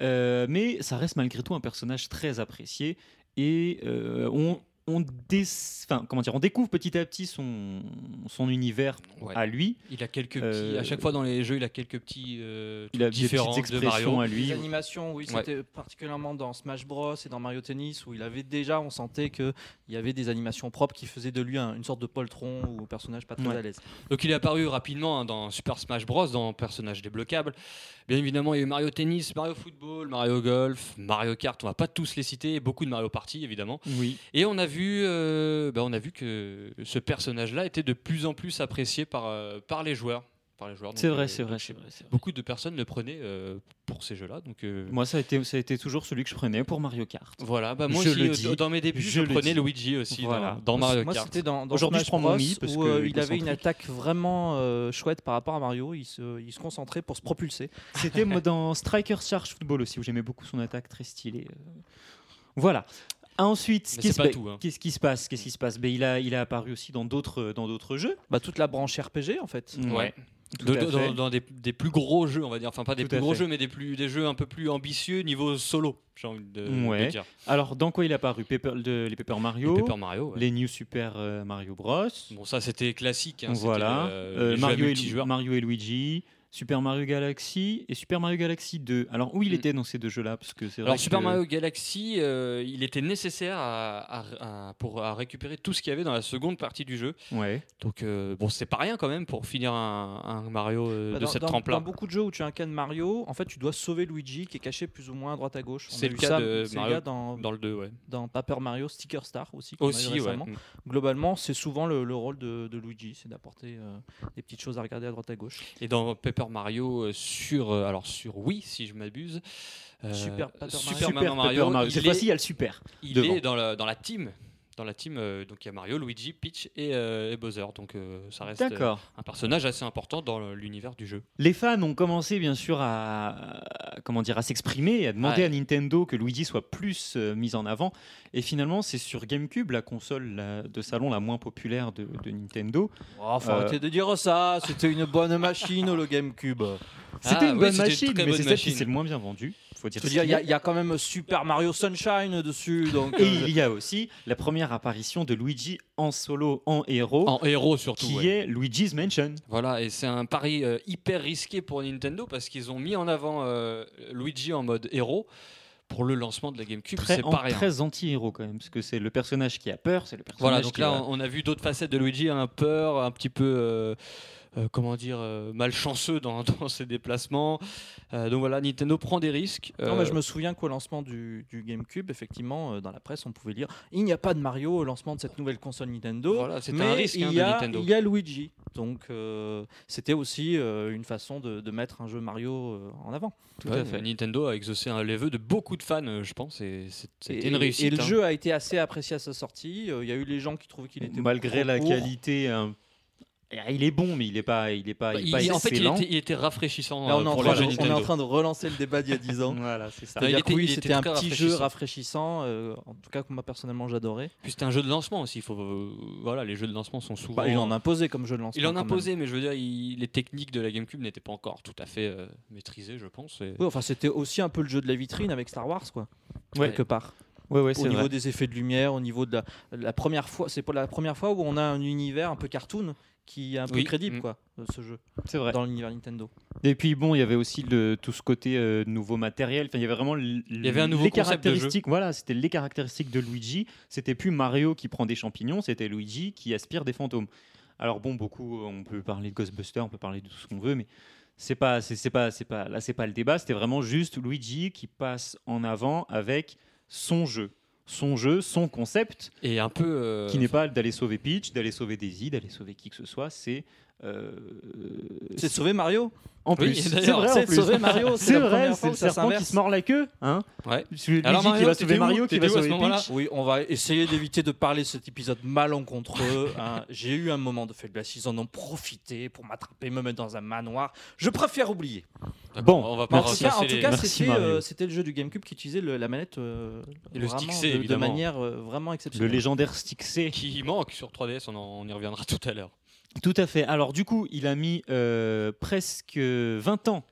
Speaker 2: Euh, mais ça reste malgré tout un personnage très apprécié et euh, on, on, dé- enfin, comment dire, on découvre petit à petit son, son univers
Speaker 3: Ouais.
Speaker 2: à lui.
Speaker 3: Il a quelques petits.
Speaker 2: Euh,
Speaker 3: À chaque fois dans les jeux, il a quelques petits. euh,
Speaker 2: Il a des
Speaker 3: différents
Speaker 2: petites
Speaker 3: de Mario.
Speaker 2: expressions à lui.
Speaker 4: Les animations, oui,
Speaker 3: Ouais.
Speaker 4: c'était particulièrement dans Smash Bros et dans Mario Tennis où il avait déjà, on sentait que il y avait des animations propres qui faisaient de lui un- une sorte de poltron ou un personnage pas très
Speaker 2: Ouais.
Speaker 4: à l'aise.
Speaker 3: Donc il est apparu rapidement hein, dans Super Smash Bros, dans Personnage débloquable. Bien évidemment, il y a eu Mario Tennis, Mario Football, Mario Golf, Mario Kart. On va pas tous les citer. et Beaucoup de Mario Party, évidemment.
Speaker 2: Oui,
Speaker 3: Et on a vu, euh, bah, on a vu que ce personnage-là était de plus en plus apprécié par, euh, par les joueurs. Par les joueurs. Donc,
Speaker 2: c'est
Speaker 3: euh,
Speaker 2: vrai, c'est vrai,
Speaker 3: donc,
Speaker 2: c'est vrai. c'est vrai.
Speaker 3: Beaucoup de personnes le prenaient euh, pour ces jeux-là. Donc euh,
Speaker 2: Moi, ça a, été, ça a été toujours celui que je prenais pour Mario Kart.
Speaker 3: voilà, bah, moi
Speaker 2: Je
Speaker 3: aussi,
Speaker 2: le
Speaker 3: euh,
Speaker 2: dis,
Speaker 3: dans mes débuts,
Speaker 2: je
Speaker 3: je,
Speaker 2: le
Speaker 3: prenais
Speaker 2: dis.
Speaker 3: Luigi aussi
Speaker 2: Voilà.
Speaker 3: dans, dans Mario
Speaker 4: Moi,
Speaker 3: Kart.
Speaker 4: c'était dans, dans
Speaker 2: Aujourd'hui,
Speaker 4: Smash
Speaker 2: je prends mon
Speaker 4: Bros,
Speaker 2: Mi, parce
Speaker 4: où
Speaker 2: que
Speaker 4: euh,
Speaker 2: il
Speaker 4: il avait
Speaker 2: concentrique.
Speaker 4: une attaque vraiment euh, chouette par rapport à Mario. Il se, il se concentrait pour se propulser.
Speaker 2: C'était moi, dans Striker Charge Football aussi, où j'aimais beaucoup son attaque, très stylée. euh. Voilà. Ah, Ensuite,
Speaker 3: Mais
Speaker 2: qu'est-ce
Speaker 3: c'est pas
Speaker 2: ben,
Speaker 3: tout, hein.
Speaker 2: qu'est-ce qui se passe Qu'est-ce qui se passe Ben, il, a, il a apparu aussi dans d'autres euh, dans d'autres jeux.
Speaker 4: Bah, toute la branche RPG en fait.
Speaker 3: Ouais.
Speaker 2: Tout
Speaker 3: Mm. De-
Speaker 2: à
Speaker 3: de-
Speaker 2: fait.
Speaker 3: dans dans des, des plus gros jeux, on va dire. Enfin, pas des
Speaker 2: Tout à
Speaker 3: plus gros
Speaker 2: fait.
Speaker 3: jeux, mais des, plus, des jeux un peu plus ambitieux niveau solo, j'ai envie de, de
Speaker 2: Ouais.
Speaker 3: dire.
Speaker 2: Alors, dans quoi il a apparu Paper- de- Les Paper
Speaker 3: Les
Speaker 2: Mario, les,
Speaker 3: Paper Mario. ouais.
Speaker 2: New Super euh, Mario Bros.
Speaker 3: Bon, ça, c'était classique. hein, c'était,
Speaker 2: voilà.
Speaker 3: euh,
Speaker 2: Euh,
Speaker 3: les jeux à
Speaker 2: Mario, et, Lu-
Speaker 3: multijoueurs.
Speaker 2: Mario et Luigi. Super Mario Galaxy et Super Mario Galaxy 2. Alors où il
Speaker 3: Mm.
Speaker 2: était dans ces deux jeux-là parce que c'est vrai
Speaker 3: Alors Super
Speaker 2: que-
Speaker 3: Mario Galaxy, euh, il était nécessaire à, à- à- pour à récupérer tout ce qu'il y avait dans la seconde partie du jeu.
Speaker 2: Ouais.
Speaker 3: Donc euh, bon, c'est pas rien quand même pour finir un, un Mario euh,
Speaker 4: Bah,
Speaker 3: de
Speaker 4: dans,
Speaker 3: cette
Speaker 4: dans-
Speaker 3: trempe-là.
Speaker 4: dans beaucoup de jeux où tu incarnes Mario, en fait, tu dois sauver Luigi qui est caché plus ou moins à droite à gauche. On
Speaker 3: C'est
Speaker 4: a
Speaker 3: le
Speaker 4: eu
Speaker 3: cas
Speaker 4: ça-
Speaker 3: de
Speaker 4: c'est le
Speaker 3: Mario
Speaker 4: cas dans,
Speaker 3: Dans le 2, ouais.
Speaker 4: dans Paper Mario Sticker Star aussi. qu'on a eu
Speaker 3: Aussi, ouais.
Speaker 4: récemment. Globalement, c'est souvent le, le rôle de, de Luigi, c'est d'apporter euh, des petites choses à regarder à droite à gauche.
Speaker 3: Et dans Paper Mario euh, sur, euh, alors sur Wii, si je m'abuse. euh,
Speaker 4: Super Paper Mario.
Speaker 3: Super
Speaker 2: Super
Speaker 3: Mario,
Speaker 2: Paper Mario.
Speaker 3: il
Speaker 2: Cette
Speaker 3: est-
Speaker 2: fois-ci, il y a le super.
Speaker 3: Il
Speaker 2: devant.
Speaker 3: est dans la, dans la team. Dans la team, euh, donc il y a Mario, Luigi, Peach et, euh, et Bowser. Donc euh, ça reste euh,
Speaker 2: D'accord.
Speaker 3: un personnage assez important dans le- l'univers du jeu.
Speaker 2: Les fans ont commencé bien sûr à, à- comment dire à s'exprimer, et à demander
Speaker 3: Ouais.
Speaker 2: à Nintendo que Luigi soit plus euh, mis en avant. Et finalement, c'est sur GameCube, la console la- de salon la moins populaire de, de Nintendo.
Speaker 4: Oh, faut
Speaker 2: Euh.
Speaker 4: arrêter de dire ça, c'était une bonne machine le GameCube.
Speaker 2: C'était
Speaker 3: Ah,
Speaker 2: une
Speaker 3: oui,
Speaker 2: bonne
Speaker 3: c'était une
Speaker 2: machine,
Speaker 3: très
Speaker 2: mais c'est
Speaker 3: bonne
Speaker 2: celle qui
Speaker 3: machine.
Speaker 2: s'est le moins bien vendue. Faut dire.
Speaker 4: Je veux
Speaker 2: ce
Speaker 4: dire, il
Speaker 2: qu'il y
Speaker 4: y, a-
Speaker 2: a.
Speaker 4: il y a quand même Super Mario Sunshine dessus, donc.
Speaker 2: Et
Speaker 4: euh,
Speaker 2: il y a aussi la première apparition de Luigi en solo, en héros,
Speaker 3: En héros surtout.
Speaker 2: Oh. qui
Speaker 3: ouais.
Speaker 2: est Luigi's Mansion.
Speaker 3: Voilà, et c'est un pari euh, hyper risqué pour Nintendo parce qu'ils ont mis en avant euh, Luigi en mode héros pour le lancement de la GameCube.
Speaker 2: Très,
Speaker 3: C'est
Speaker 2: en-
Speaker 3: pas rien.
Speaker 2: très anti-héros quand même, parce que c'est le personnage qui a peur, c'est le personnage
Speaker 3: Voilà, donc
Speaker 2: qui
Speaker 3: là,
Speaker 2: va-
Speaker 3: on on a vu d'autres facettes de Luigi, un peur, un petit peu, euh, euh, comment dire, euh, malchanceux dans, dans ses déplacements. Euh, donc voilà, Nintendo prend des risques.
Speaker 4: Non,
Speaker 3: Euh,
Speaker 4: mais je me souviens qu'au lancement du, du GameCube, effectivement, euh, dans la presse, on pouvait lire Il n'y a pas de Mario au lancement de cette nouvelle console Nintendo.
Speaker 3: Voilà, c'était
Speaker 4: mais
Speaker 3: un risque
Speaker 4: il,
Speaker 3: hein,
Speaker 4: y
Speaker 3: de
Speaker 4: a,
Speaker 3: Nintendo.
Speaker 4: il y a Luigi. Donc, euh, c'était aussi euh, une façon de, de mettre un jeu Mario euh, en avant.
Speaker 2: tout
Speaker 3: Ouais,
Speaker 2: à fait.
Speaker 3: Nintendo a exaucé un- les vœux de beaucoup de fans, euh, je pense, et c'est- c'était
Speaker 4: Et-
Speaker 3: une réussite.
Speaker 4: Et le
Speaker 3: hein.
Speaker 4: jeu a été assez apprécié à sa sortie. Euh, Il y a eu les gens qui trouvaient qu'il était
Speaker 2: malgré
Speaker 4: trop
Speaker 2: la
Speaker 4: court.
Speaker 2: qualité hein, ah, il est bon mais il est pas il est pas
Speaker 3: Bah,
Speaker 2: il est
Speaker 3: il-
Speaker 2: pas
Speaker 3: en fait, il
Speaker 2: excellent.
Speaker 3: était, il était rafraîchissant
Speaker 4: Là,
Speaker 3: euh,
Speaker 4: on est, en
Speaker 3: pour
Speaker 4: train,
Speaker 3: les jeux
Speaker 4: de- on est
Speaker 3: Nintendo.
Speaker 4: en train de relancer le débat d'il y a 10 ans.
Speaker 2: voilà c'est ça
Speaker 3: Ah, il
Speaker 4: C'est-à-dire
Speaker 3: était-
Speaker 4: que oui,
Speaker 3: il était
Speaker 4: c'était un
Speaker 3: très
Speaker 4: petit jeu
Speaker 3: rafraîchissant.
Speaker 4: rafraîchissant, euh, en tout cas que moi personnellement j'adorais.
Speaker 3: Puis c'était un jeu de lancement aussi. il Faut, euh, voilà, les jeux de lancement sont souvent.
Speaker 4: Bah, il en imposait comme jeu de lancement.
Speaker 3: Il en
Speaker 4: quand même.
Speaker 3: imposait, mais je veux dire, il- les techniques de la GameCube n'étaient pas encore tout à fait euh, maîtrisées, je pense. et-
Speaker 4: Oui, enfin c'était aussi un peu le jeu de la vitrine avec Star Wars quoi.
Speaker 2: Ouais.
Speaker 4: Quelque part.
Speaker 2: ouais ouais
Speaker 4: au
Speaker 2: c'est
Speaker 4: niveau
Speaker 2: vrai
Speaker 4: des effets de lumière, au niveau de la, la première fois, c'est pas la première fois où on a un univers un peu cartoon qui est un peu
Speaker 3: Oui.
Speaker 4: crédible
Speaker 3: Mm.
Speaker 4: quoi, euh, ce jeu
Speaker 2: c'est vrai
Speaker 4: dans l'univers Nintendo.
Speaker 2: et puis bon il y avait aussi le tout ce côté euh, nouveau matériel enfin il y avait vraiment l-
Speaker 3: y avait un nouveau
Speaker 2: les
Speaker 3: concept de jeu.
Speaker 2: caractéristiques voilà c'était les caractéristiques de Luigi c'était plus Mario qui prend des champignons c'était Luigi qui aspire des fantômes alors bon beaucoup euh, on peut parler de Ghostbusters on peut parler de tout ce qu'on veut mais c'est pas c'est c'est pas c'est pas là c'est pas le débat c'était vraiment juste Luigi qui passe en avant avec son jeu son jeu son concept
Speaker 3: Et un peu. euh,
Speaker 2: qui n'est pas d'aller sauver Peach, d'aller sauver Daisy, d'aller sauver qui que ce soit, c'est euh,
Speaker 4: C'est de sauver Mario
Speaker 2: en
Speaker 3: Oui,
Speaker 2: plus.
Speaker 3: d'ailleurs,
Speaker 2: C'est vrai, en
Speaker 5: c'est
Speaker 2: plus.
Speaker 5: sauver Mario, c'est
Speaker 2: C'est
Speaker 5: la
Speaker 2: vrai,
Speaker 5: première
Speaker 2: c'est
Speaker 5: fois
Speaker 2: le
Speaker 5: que ça
Speaker 2: serpent qui
Speaker 5: s'inverse.
Speaker 2: se mord la queue. Hein
Speaker 3: Ouais.
Speaker 2: C'est Luigi
Speaker 3: Alors,
Speaker 2: qui
Speaker 3: Mario,
Speaker 2: va sauver
Speaker 3: t'étais où
Speaker 2: Mario, qui va
Speaker 3: T'étais où à ce
Speaker 2: sauver
Speaker 3: moment-là
Speaker 2: Peach.
Speaker 4: Oui, on va essayer d'éviter de parler de cet épisode malencontreux. hein. J'ai eu un moment de faiblesse. Ils en ont profité pour m'attraper, me mettre dans un manoir. Je préfère oublier.
Speaker 3: D'accord,
Speaker 2: Bon,
Speaker 3: on va pas
Speaker 4: En
Speaker 2: Merci.
Speaker 4: tout cas, en
Speaker 3: repasser
Speaker 4: tout
Speaker 3: les-
Speaker 4: cas,
Speaker 2: Merci,
Speaker 4: c'était
Speaker 2: Mario.
Speaker 4: euh, c'était le jeu du GameCube qui utilisait le- la manette euh,
Speaker 3: Et le
Speaker 4: vraiment
Speaker 3: stick C,
Speaker 4: de- de,
Speaker 3: évidemment.
Speaker 4: manière euh, vraiment
Speaker 2: Le
Speaker 4: exceptionnelle.
Speaker 2: légendaire Stick C.
Speaker 3: qui manque sur 3DS, on, en- on y reviendra tout à l'heure.
Speaker 2: Tout à fait. Alors du coup, il a mis euh, presque 20 ans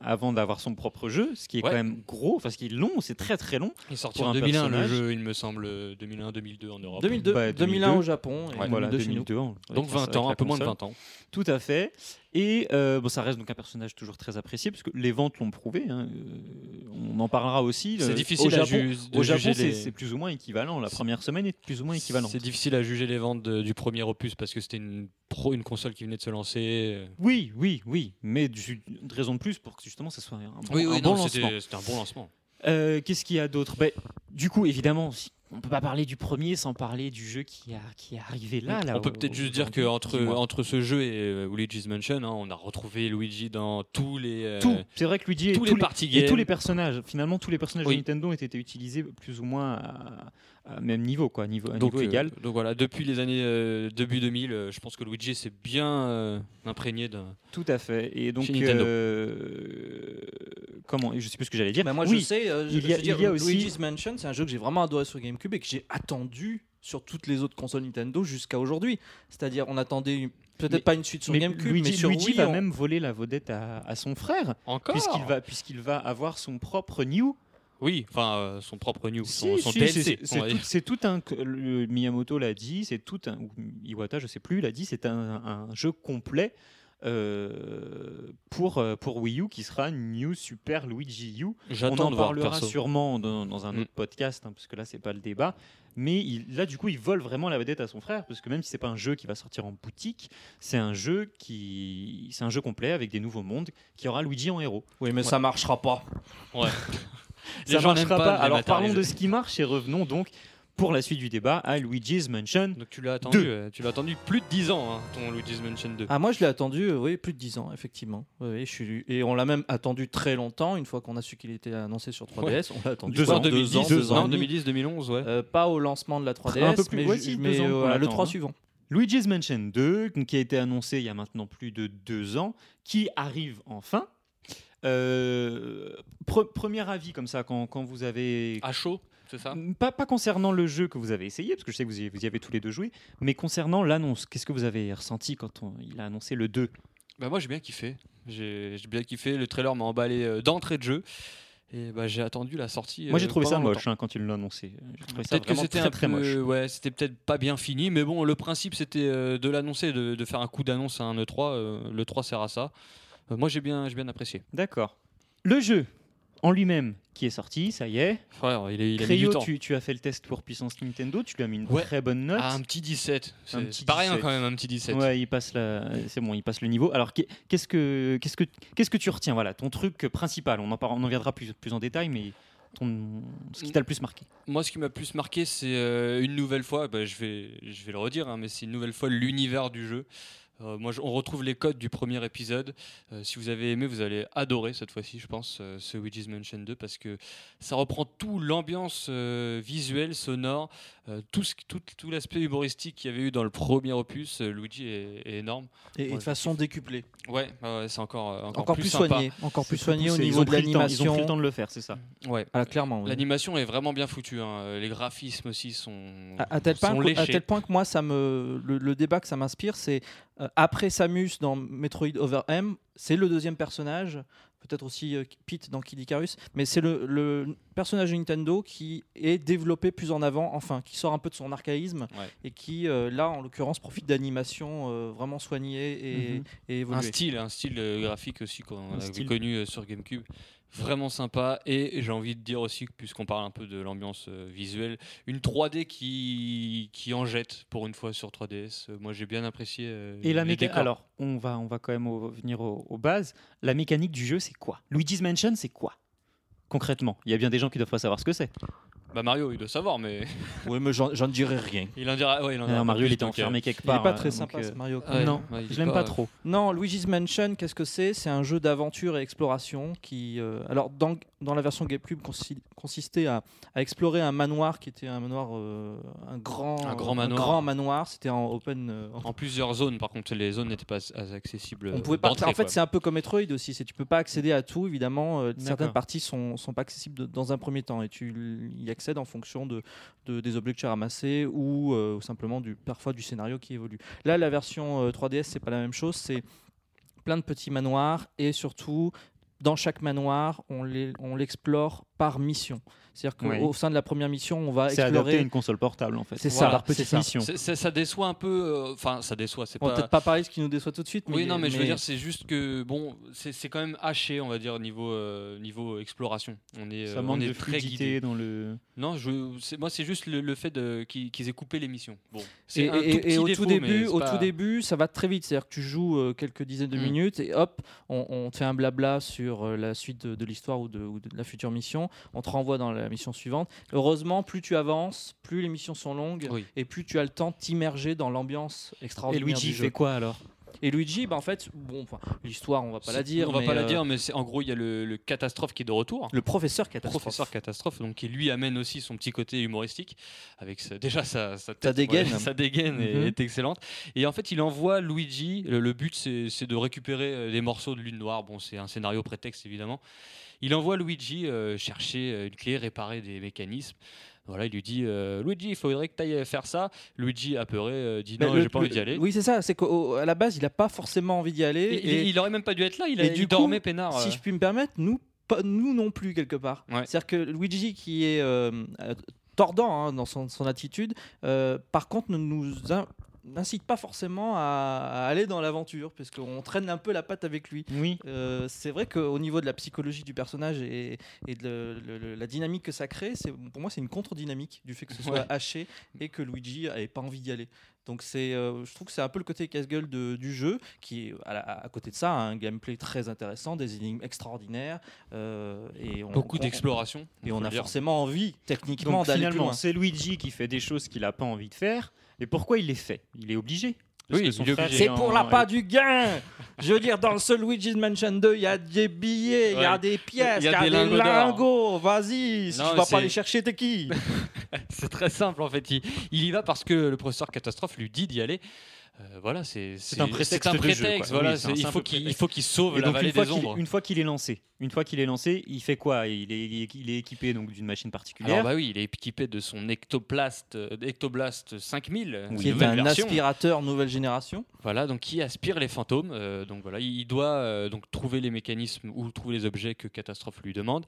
Speaker 2: avant d'avoir son propre jeu, ce qui est
Speaker 3: Ouais.
Speaker 2: quand même gros, parce qu'il est long, c'est très très long.
Speaker 3: Il est sorti
Speaker 2: Pour
Speaker 3: en
Speaker 2: un
Speaker 3: 2001
Speaker 2: personnage.
Speaker 3: le jeu, il me semble, euh, 2001-2002 en Europe.
Speaker 4: 2002,
Speaker 2: Bah,
Speaker 4: 2001
Speaker 2: 2002.
Speaker 4: au Japon et
Speaker 3: Ouais,
Speaker 2: Voilà,
Speaker 4: 2002 chez nous.
Speaker 2: 2002. hein, avec
Speaker 3: Donc
Speaker 2: la-
Speaker 3: 20
Speaker 2: avec
Speaker 3: ans,
Speaker 2: la
Speaker 3: un peu moins de
Speaker 2: console.
Speaker 3: 20 ans.
Speaker 2: Tout à fait. Et euh, bon, ça reste donc un personnage toujours très apprécié, puisque les ventes l'ont prouvé. hein, euh, On en parlera aussi.
Speaker 3: C'est
Speaker 2: Le-
Speaker 3: difficile
Speaker 2: euh, au
Speaker 3: à
Speaker 2: Japon.
Speaker 3: ju- de
Speaker 2: Au Japon,
Speaker 3: juger
Speaker 2: c'est
Speaker 3: les-
Speaker 2: c'est plus ou moins équivalent. La
Speaker 3: C'est-
Speaker 2: première semaine est plus ou moins équivalente.
Speaker 3: C'est difficile à juger les ventes de- du premier opus parce que c'était une, pro- une console qui venait de se lancer. euh.
Speaker 2: Oui, oui, oui, mais du- une raison de plus pour que justement ça soit un, bon- un
Speaker 3: non,
Speaker 2: bon
Speaker 3: c'était-
Speaker 2: lancement.
Speaker 3: C'était un bon lancement.
Speaker 2: Euh, Qu'est-ce qu'il y a d'autre Ben, Du coup, évidemment, si- on peut pas parler du premier sans parler du jeu qui, a, qui est arrivé là. là
Speaker 3: on peut
Speaker 2: au-
Speaker 3: peut-être juste dire
Speaker 2: aujourd'hui.
Speaker 3: qu'entre
Speaker 2: Dis-moi.
Speaker 3: entre ce jeu et euh, Luigi's Mansion, hein, on a retrouvé Luigi dans tous les, euh,
Speaker 2: tout, c'est vrai que Luigi et
Speaker 3: tous les parties
Speaker 2: et tous les
Speaker 3: games.
Speaker 2: personnages, finalement, tous les personnages
Speaker 3: Oui.
Speaker 2: de Nintendo ont été utilisés plus ou moins à, à même niveau, quoi, niveau, à niveau
Speaker 3: euh,
Speaker 2: égal.
Speaker 3: donc voilà, depuis les années euh, début 2000, euh, je pense que Luigi s'est bien euh, imprégné d'un.
Speaker 2: Tout à fait. Et donc,
Speaker 3: Chez Nintendo.
Speaker 2: euh, comment Bah, Je sais plus ce que j'allais dire.
Speaker 4: Mais moi,
Speaker 2: oui,
Speaker 4: je sais, euh, je,
Speaker 2: il y a-
Speaker 4: je veux dire,
Speaker 2: il y a aussi-
Speaker 4: Luigi's Mansion, c'est un jeu que j'ai vraiment adoré sur GameCube et que j'ai attendu sur toutes les autres consoles Nintendo jusqu'à aujourd'hui. C'est-à-dire, on attendait une-
Speaker 2: Mais-
Speaker 4: peut-être pas une suite sur
Speaker 2: mais
Speaker 4: GameCube,
Speaker 2: Luigi,
Speaker 4: mais sur
Speaker 2: Luigi
Speaker 4: Wii,
Speaker 2: va
Speaker 4: on-
Speaker 2: même voler la vedette à, à son frère,
Speaker 3: Encore
Speaker 2: puisqu'il va, puisqu'il va avoir son propre New.
Speaker 3: Oui, enfin euh, son propre news, son,
Speaker 2: Si,
Speaker 3: son
Speaker 2: si,
Speaker 3: TLC.
Speaker 2: c'est-
Speaker 3: on
Speaker 2: c'est
Speaker 3: va
Speaker 2: tout-
Speaker 3: dire.
Speaker 2: C'est tout, un. le Miyamoto l'a dit, c'est tout un. Ou Iwata, je sais plus, l'a dit, c'est un, un jeu complet euh, pour, euh, pour Wii U qui sera New Super Luigi U. On
Speaker 3: J'attends
Speaker 2: en
Speaker 3: de voir
Speaker 2: parlera
Speaker 3: perso.
Speaker 2: sûrement dans, dans un
Speaker 3: Mm.
Speaker 2: autre podcast, hein, parce que là, c'est pas le débat. Mais il- là, du coup, il vole vraiment la vedette à son frère, parce que même si c'est pas un jeu qui va sortir en boutique, c'est un jeu qui, c'est un jeu complet avec des nouveaux mondes qui aura Luigi en héros.
Speaker 4: Oui, mais ça marchera pas.
Speaker 3: Les
Speaker 2: ça
Speaker 3: gens n'aiment
Speaker 2: marchera
Speaker 3: pas
Speaker 2: pas.
Speaker 3: les
Speaker 2: Alors
Speaker 3: avatars,
Speaker 2: parlons
Speaker 3: les
Speaker 2: de
Speaker 3: jeux.
Speaker 2: ce qui marche et revenons donc pour la suite du débat à Luigi's Mansion.
Speaker 3: Donc tu l'as attendu,
Speaker 2: Deux.
Speaker 3: euh, tu l'as attendu plus de 10 ans, hein, ton Luigi's Mansion 2.
Speaker 4: Ah, moi, je l'ai attendu, euh, oui, plus de 10 ans, effectivement. Oui, oui, je suis... Et on l'a même attendu très longtemps, une fois qu'on a su qu'il était annoncé sur 3DS. On l'a attendu
Speaker 2: Deux
Speaker 4: quoi,
Speaker 2: ans,
Speaker 3: 2010,
Speaker 2: deux ans,
Speaker 3: non,
Speaker 4: et demi.
Speaker 3: 2010, 2011, ouais.
Speaker 4: Euh, pas au lancement de la 3DS,
Speaker 2: peu plus,
Speaker 4: mais,
Speaker 2: ouais,
Speaker 4: ju-
Speaker 2: si, deux
Speaker 4: mais,
Speaker 2: ans
Speaker 4: euh,
Speaker 2: qu'on
Speaker 4: le
Speaker 2: attend,
Speaker 4: 3
Speaker 2: hein.
Speaker 4: suivant.
Speaker 2: Luigi's Mansion 2, qui a été annoncé il y a maintenant plus de deux ans, qui arrive enfin. Euh, pre- premier avis comme ça quand, quand vous avez
Speaker 3: À chaud, c'est ça
Speaker 2: pas, pas concernant le jeu que vous avez essayé parce que je sais que vous y, vous y avez tous les deux joué mais concernant l'annonce qu'est-ce que vous avez ressenti quand on- il a annoncé le 2
Speaker 3: Bah moi j'ai bien kiffé. J'ai j'ai bien kiffé, le trailer m'a emballé euh, d'entrée de jeu. Et bah j'ai attendu la sortie.
Speaker 2: moi
Speaker 3: euh,
Speaker 2: j'ai trouvé ça
Speaker 3: pendant
Speaker 2: moche hein, quand il l'a annoncé J'ai trouvé ça
Speaker 3: Peut-être que
Speaker 2: vraiment
Speaker 3: c'était
Speaker 2: très,
Speaker 3: un
Speaker 2: très
Speaker 3: peu,
Speaker 2: moche
Speaker 3: ouais, c'était peut-être pas bien fini, mais bon, le principe c'était euh, de l'annoncer, de, de faire un coup d'annonce à un E3. euh, le 3 sert à ça. Euh, moi j'ai bien, j'ai bien apprécié.
Speaker 2: d'accord le jeu en lui-même qui est sorti ça y est
Speaker 3: Frère, il, est, il a mis du
Speaker 2: Créo,
Speaker 3: temps.
Speaker 2: tu, tu as fait le test pour puissance Nintendo, tu lui as mis une
Speaker 3: Ouais.
Speaker 2: très bonne note.
Speaker 3: Ah, un petit 17. C'est
Speaker 2: petit
Speaker 3: c'est pas rien
Speaker 2: 17.
Speaker 3: quand même, un petit 17.
Speaker 2: Ouais, il passe la... c'est bon, il passe le niveau. Alors qu'est- qu'est-ce que qu'est-ce que qu'est-ce que tu retiens Voilà, ton truc principal. On en par- on en viendra plus plus en détail, mais ton ce qui t'a le plus marqué.
Speaker 3: Moi, ce qui m'a plus marqué, c'est euh, une nouvelle fois, bah, je, vais, je vais le redire, hein, mais c'est une nouvelle fois l'univers du jeu. Euh, moi, je- on retrouve les codes du premier épisode. Euh, si vous avez aimé, vous allez adorer cette fois-ci, je pense, euh, ce Luigi's Mansion 2 parce que ça reprend tout l'ambiance euh, visuelle, sonore, euh, tout, ce- tout, tout l'aspect humoristique qu'il y avait eu dans le premier opus. Euh, Luigi est, est énorme.
Speaker 4: Et, et
Speaker 3: Ouais,
Speaker 4: de façon décuplée.
Speaker 3: Ouais, ouais, ouais, c'est encore, euh, encore,
Speaker 4: Encore, plus,
Speaker 3: sympa.
Speaker 4: soigné. Encore plus
Speaker 2: C'est
Speaker 4: soigné au
Speaker 2: poussé, ils
Speaker 4: niveau
Speaker 2: ont
Speaker 4: de
Speaker 2: pris le temps, Ils ont pris le
Speaker 4: l'animation.
Speaker 2: temps de le faire, c'est ça.
Speaker 3: Ouais.
Speaker 4: Ah, clairement, oui.
Speaker 3: L'animation est vraiment bien foutue. hein. Euh, Les graphismes aussi sont.
Speaker 4: À, à tel
Speaker 3: sont
Speaker 4: point, que- à
Speaker 3: léchés.
Speaker 4: tel point que moi, ça me, le, le débat que ça m'inspire, c'est euh, après Samus dans Metroid Over M, c'est le deuxième personnage, peut-être aussi euh, Pete dans Kid Icarus, mais c'est le, le personnage de Nintendo qui est développé plus en avant, enfin, qui sort un peu de son archaïsme
Speaker 3: Ouais.
Speaker 4: et qui, euh, là, en l'occurrence, profite d'animations euh, vraiment soignées et,
Speaker 2: Mhm.
Speaker 4: et
Speaker 3: un
Speaker 4: évoluées.
Speaker 3: style, un style euh, graphique aussi qu'on
Speaker 2: Un
Speaker 3: avait
Speaker 2: style.
Speaker 3: connu euh, sur GameCube. Vraiment sympa. Et j'ai envie de dire aussi, que, puisqu'on parle un peu de l'ambiance euh, visuelle, une 3D qui, qui en jette pour une fois sur 3DS. Euh, Moi, j'ai bien apprécié. euh,
Speaker 2: Et la
Speaker 3: les
Speaker 2: mécanique.
Speaker 3: décors.
Speaker 2: Alors, on va on va quand même au- venir au- aux bases. La mécanique du jeu, c'est quoi Luigi's Mansion, c'est quoi Concrètement, il y a bien des gens qui doivent pas savoir ce que c'est.
Speaker 3: Bah Mario, il doit savoir, mais
Speaker 5: Oui, mais j'en j'en dirai rien.
Speaker 3: il en dira. Ouais, il en dira
Speaker 2: Alors,
Speaker 3: pas
Speaker 2: Mario,
Speaker 3: plus,
Speaker 2: il était
Speaker 3: donc, euh,
Speaker 2: enfermé quelque
Speaker 4: Il
Speaker 2: part.
Speaker 4: est pas
Speaker 2: euh,
Speaker 4: très
Speaker 2: donc,
Speaker 4: sympa
Speaker 2: euh,
Speaker 4: ce Mario Kart.
Speaker 3: ouais,
Speaker 2: non,
Speaker 3: ouais, il
Speaker 2: je
Speaker 3: est
Speaker 2: l'aime pas trop.
Speaker 4: Non, Luigi's Mansion, qu'est-ce que c'est C'est un jeu d'aventure et exploration qui, euh, alors dans, dans la version GameCube, consi- consistait à, à explorer un manoir qui était un manoir, euh, un grand,
Speaker 3: Un grand manoir.
Speaker 4: grand manoir. C'était en open. euh, en-
Speaker 3: En plusieurs zones, par contre, les zones n'étaient pas as- as accessibles.
Speaker 4: on pouvait pas.
Speaker 3: euh, d'entrée,
Speaker 4: En fait,
Speaker 3: quoi.
Speaker 4: c'est un peu comme Metroid aussi. C'est tu peux pas accéder à tout. Évidemment, euh, certaines
Speaker 2: D'accord.
Speaker 4: parties sont, sont pas accessibles de- dans un premier temps et tu l- y accèdes en fonction de, de- des objets que tu as ramassés ou euh, simplement du parfois du scénario qui évolue. Là, la version euh, 3DS, c'est pas la même chose. C'est plein de petits manoirs et surtout dans chaque manoir, on les- on l'explore par mission. C'est-à-dire
Speaker 2: Oui.
Speaker 4: qu'au sein de la première mission, on va
Speaker 2: C'est adapté à
Speaker 4: explorer.
Speaker 2: une console portable en fait.
Speaker 4: C'est
Speaker 3: ça,
Speaker 2: Par
Speaker 4: c'est
Speaker 2: petite
Speaker 4: ça.
Speaker 2: mission.
Speaker 3: C'est- c'est- ça déçoit un peu. euh, Enfin, ça déçoit. C'est
Speaker 4: On va
Speaker 3: pas.
Speaker 4: peut-être pas parler de ce qui nous déçoit tout de suite. Mais
Speaker 3: Oui, non, mais, je veux dire, c'est juste que bon, c'est c'est quand même haché, on va dire, niveau euh, niveau exploration. On est, euh,
Speaker 2: Ça manque
Speaker 3: on est
Speaker 2: de
Speaker 3: très guidé.
Speaker 2: fluidité dans le.
Speaker 3: Non, je, c'est- moi, c'est juste le, le fait de- qu'ils qu'ils aient coupé l'émission. Bon,
Speaker 4: Et,
Speaker 3: c'est un tout
Speaker 4: et- et
Speaker 3: petit
Speaker 4: au
Speaker 3: défaut,
Speaker 4: tout
Speaker 3: mais
Speaker 4: début,
Speaker 3: c'est
Speaker 4: au
Speaker 3: pas-
Speaker 4: tout début, ça va très vite. C'est-à-dire que tu joues euh, quelques dizaines de
Speaker 3: Mm.
Speaker 4: minutes et hop, on, on te fait un blabla sur euh, la suite de, de l'histoire ou de, ou de la future mission. On te renvoie dans la mission suivante. Heureusement, plus tu avances, plus les missions sont longues
Speaker 3: Oui.
Speaker 4: et plus tu as le temps de t'immerger dans l'ambiance
Speaker 2: Et
Speaker 4: extraordinaire
Speaker 2: Luigi
Speaker 4: du jeu.
Speaker 2: fait quoi alors
Speaker 4: Et Luigi, bah, en fait, bon, enfin, l'histoire, on va pas la
Speaker 3: C'est-
Speaker 4: dire.
Speaker 3: On va
Speaker 4: mais,
Speaker 3: pas la
Speaker 4: euh,
Speaker 3: dire, mais c'est- en gros, il y a le, le catastrophe qui est de retour.
Speaker 4: Le professeur catastrophe.
Speaker 3: Professeur catastrophe, donc qui lui amène aussi son petit côté humoristique avec sa- déjà sa, sa tête,
Speaker 4: Ça dégaine.
Speaker 3: ouais, sa dégaine est-
Speaker 2: Mhm.
Speaker 3: est excellente. Et en fait, il envoie Luigi. Le, le but, c'est c'est de récupérer euh, des morceaux de Lune Noire. Bon, c'est un scénario prétexte évidemment. Il envoie Luigi euh, chercher euh, une clé, réparer des mécanismes. Voilà, il lui dit euh, Luigi, il faudrait que tu ailles faire ça. Luigi, apeuré, euh, dit
Speaker 4: Bah,
Speaker 3: non,
Speaker 4: le-
Speaker 3: j'ai pas
Speaker 4: le-
Speaker 3: envie d'y aller.
Speaker 4: Oui, c'est ça. C'est qu'à la base, il a pas forcément envie d'y aller.
Speaker 3: Et-
Speaker 4: et-
Speaker 3: il, il aurait même pas dû être là. Il, a,
Speaker 4: et du
Speaker 3: il dormait
Speaker 4: coup,
Speaker 3: peinard.
Speaker 4: si
Speaker 3: euh.
Speaker 4: je puis me permettre, nous, pas, nous non plus, quelque part.
Speaker 3: Ouais.
Speaker 4: C'est-à-dire que Luigi, qui est euh, euh, tordant hein, dans son, son attitude, euh, par contre, ne nous in- n'incite pas forcément à, à aller dans l'aventure, parce qu'on traîne un peu la patte avec lui.
Speaker 2: Oui.
Speaker 4: Euh, c'est vrai qu'au niveau de la psychologie du personnage et, et de le- le- le- la dynamique que ça crée, c'est, pour moi, c'est une contre-dynamique du fait que ce soit
Speaker 3: Ouais.
Speaker 4: haché et que Luigi n'avait pas envie d'y aller. Donc c'est, euh, je trouve que c'est un peu le côté casse-gueule de- du jeu, qui est à, la- à côté de ça un gameplay très intéressant, des énigmes extraordinaires euh, et on,
Speaker 3: Beaucoup
Speaker 4: on-
Speaker 3: d'exploration.
Speaker 4: Et on
Speaker 3: peut le
Speaker 4: a
Speaker 3: dire.
Speaker 4: forcément envie techniquement
Speaker 2: Donc
Speaker 4: d'aller plus
Speaker 2: finalement,
Speaker 4: loin.
Speaker 2: c'est Luigi qui fait des choses qu'il n'a pas envie de faire. Et pourquoi il les fait Il est obligé. Parce
Speaker 3: Oui,
Speaker 2: que son
Speaker 3: il est
Speaker 2: frère
Speaker 3: obligé.
Speaker 2: est
Speaker 4: C'est pour
Speaker 2: en-
Speaker 4: la part du gain. Je veux dire, dans ce Luigi's Mansion 2, il y a des billets, il y a
Speaker 3: Ouais.
Speaker 4: des pièces,
Speaker 3: Il
Speaker 4: il
Speaker 3: y
Speaker 4: y
Speaker 3: a des
Speaker 4: a des
Speaker 3: lingots d'or.
Speaker 4: lingots. Vas-y, si
Speaker 3: Non,
Speaker 4: tu
Speaker 3: mais
Speaker 4: vas
Speaker 3: c'est-
Speaker 4: pas les chercher, t'es qui
Speaker 3: C'est très simple en fait. Il, il y va parce que le professeur catastrophe lui dit d'y aller. Euh, voilà, c'est c'est-
Speaker 2: un prétexte
Speaker 3: c'est un
Speaker 2: de jeu,
Speaker 3: prétexte,
Speaker 2: quoi.
Speaker 3: voilà,
Speaker 2: Oui, c'est
Speaker 3: c'est-
Speaker 2: un
Speaker 3: il faut
Speaker 2: simple
Speaker 3: qu'il il
Speaker 2: prétexte.
Speaker 3: faut qu'il sauve
Speaker 2: Et
Speaker 3: la
Speaker 2: donc
Speaker 3: vallée
Speaker 2: une fois
Speaker 3: des
Speaker 2: qu'il
Speaker 3: ombres.
Speaker 2: une fois qu'il est lancé, une fois qu'il est lancé, il fait quoi il est, il est- il est équipé donc d'une machine
Speaker 3: Alors
Speaker 2: particulière.
Speaker 3: bah oui, il est équipé de son ectoplast, euh, ectoblast 5000,
Speaker 2: Oui.
Speaker 3: une
Speaker 4: Qui est
Speaker 3: nouvelle
Speaker 4: un
Speaker 3: version.
Speaker 4: aspirateur nouvelle génération.
Speaker 3: Voilà, donc qui aspire les fantômes. euh, donc voilà, il il doit euh, donc trouver les mécanismes ou trouver les objets que catastrophe lui demande.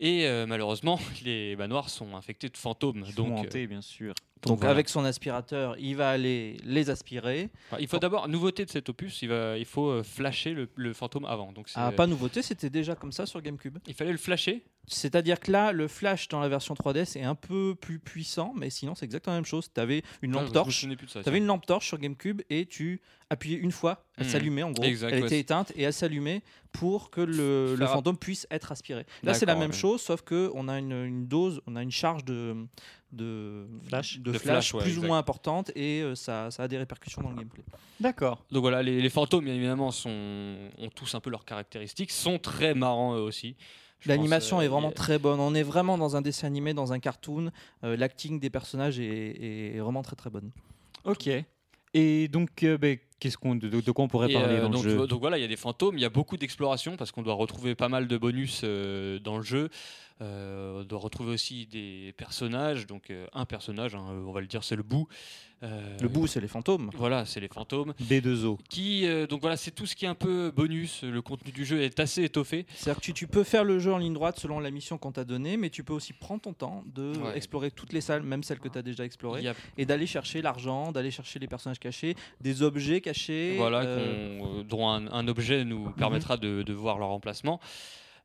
Speaker 3: Et euh, malheureusement, les manoirs sont infectés de fantômes.
Speaker 2: Ils sont
Speaker 3: Donc, euh,
Speaker 2: hantés, bien sûr.
Speaker 4: Donc
Speaker 3: voilà.
Speaker 4: avec son aspirateur, il va aller les aspirer.
Speaker 3: Enfin, il faut d'abord nouveauté de cet opus, il va, il faut euh, flasher le, le fantôme avant. Donc c'est-
Speaker 4: Ah, pas nouveauté, c'était déjà comme ça sur GameCube.
Speaker 3: il fallait le flasher
Speaker 4: C'est-à-dire que là, le flash dans la version 3DS est un peu plus puissant, mais sinon c'est exactement la même chose. T'avais une
Speaker 3: Non,
Speaker 4: lampe
Speaker 3: je me
Speaker 4: torche.
Speaker 3: souvenais plus de ça,
Speaker 4: T'avais une lampe torche sur GameCube et tu appuyais une fois, elle
Speaker 3: Mhm.
Speaker 4: s'allumait en gros.
Speaker 3: Exact, ouais,
Speaker 4: elle était
Speaker 3: c'est-
Speaker 4: éteinte et elle s'allumait pour que le,
Speaker 3: Faire
Speaker 4: le
Speaker 3: app-
Speaker 4: fantôme puisse être aspiré. Là, c'est la
Speaker 3: D'accord,
Speaker 4: même
Speaker 3: ouais.
Speaker 4: chose, sauf que on a une, une dose, on a une charge de, de
Speaker 2: Flash.
Speaker 4: de
Speaker 3: De
Speaker 4: flash,
Speaker 3: flash, ouais,
Speaker 4: plus
Speaker 3: exact. Ah.
Speaker 4: ou moins importante et euh, ça, ça a des répercussions dans le gameplay.
Speaker 2: D'accord.
Speaker 3: Donc voilà, les, les fantômes, bien évidemment, sont, ont tous un peu leurs caractéristiques, sont très marrants eux aussi. Je
Speaker 4: L'animation
Speaker 3: pense, euh,
Speaker 4: est vraiment
Speaker 3: il-
Speaker 4: très bonne. On est vraiment dans un dessin animé, dans un cartoon. Euh, L'acting des personnages est, est vraiment très très bonne.
Speaker 3: Bah
Speaker 2: Ok. Et donc euh, bah, qu'est-ce qu'on de, de- de quoi on pourrait
Speaker 3: et,
Speaker 2: parler
Speaker 3: euh,
Speaker 2: dans
Speaker 3: donc,
Speaker 2: le jeu
Speaker 3: donc voilà, il y a des fantômes, il y a beaucoup d'exploration parce qu'on doit retrouver pas mal de bonus euh, dans le jeu. Euh, on doit retrouver aussi des personnages, donc euh, un personnage, hein, on va le dire, c'est le bout. Euh,
Speaker 4: Le bout, c'est les fantômes.
Speaker 3: Voilà, c'est les fantômes.
Speaker 2: B2O.
Speaker 3: Qui, euh, donc voilà, c'est tout ce qui est un peu bonus. Le contenu du jeu est assez étoffé.
Speaker 4: C'est-à-dire que tu, tu peux faire le jeu en ligne droite selon la mission qu'on t'a donnée, mais tu peux aussi prendre ton temps de
Speaker 3: Ouais.
Speaker 4: explorer toutes les salles, même celles que tu as déjà
Speaker 3: Il
Speaker 4: explorées,
Speaker 3: y a
Speaker 4: et d'aller chercher l'argent, d'aller chercher les personnages cachés, des objets cachés.
Speaker 3: voilà,
Speaker 4: euh,
Speaker 3: qu'on- euh, dont un, un objet nous permettra de, de voir leur emplacement.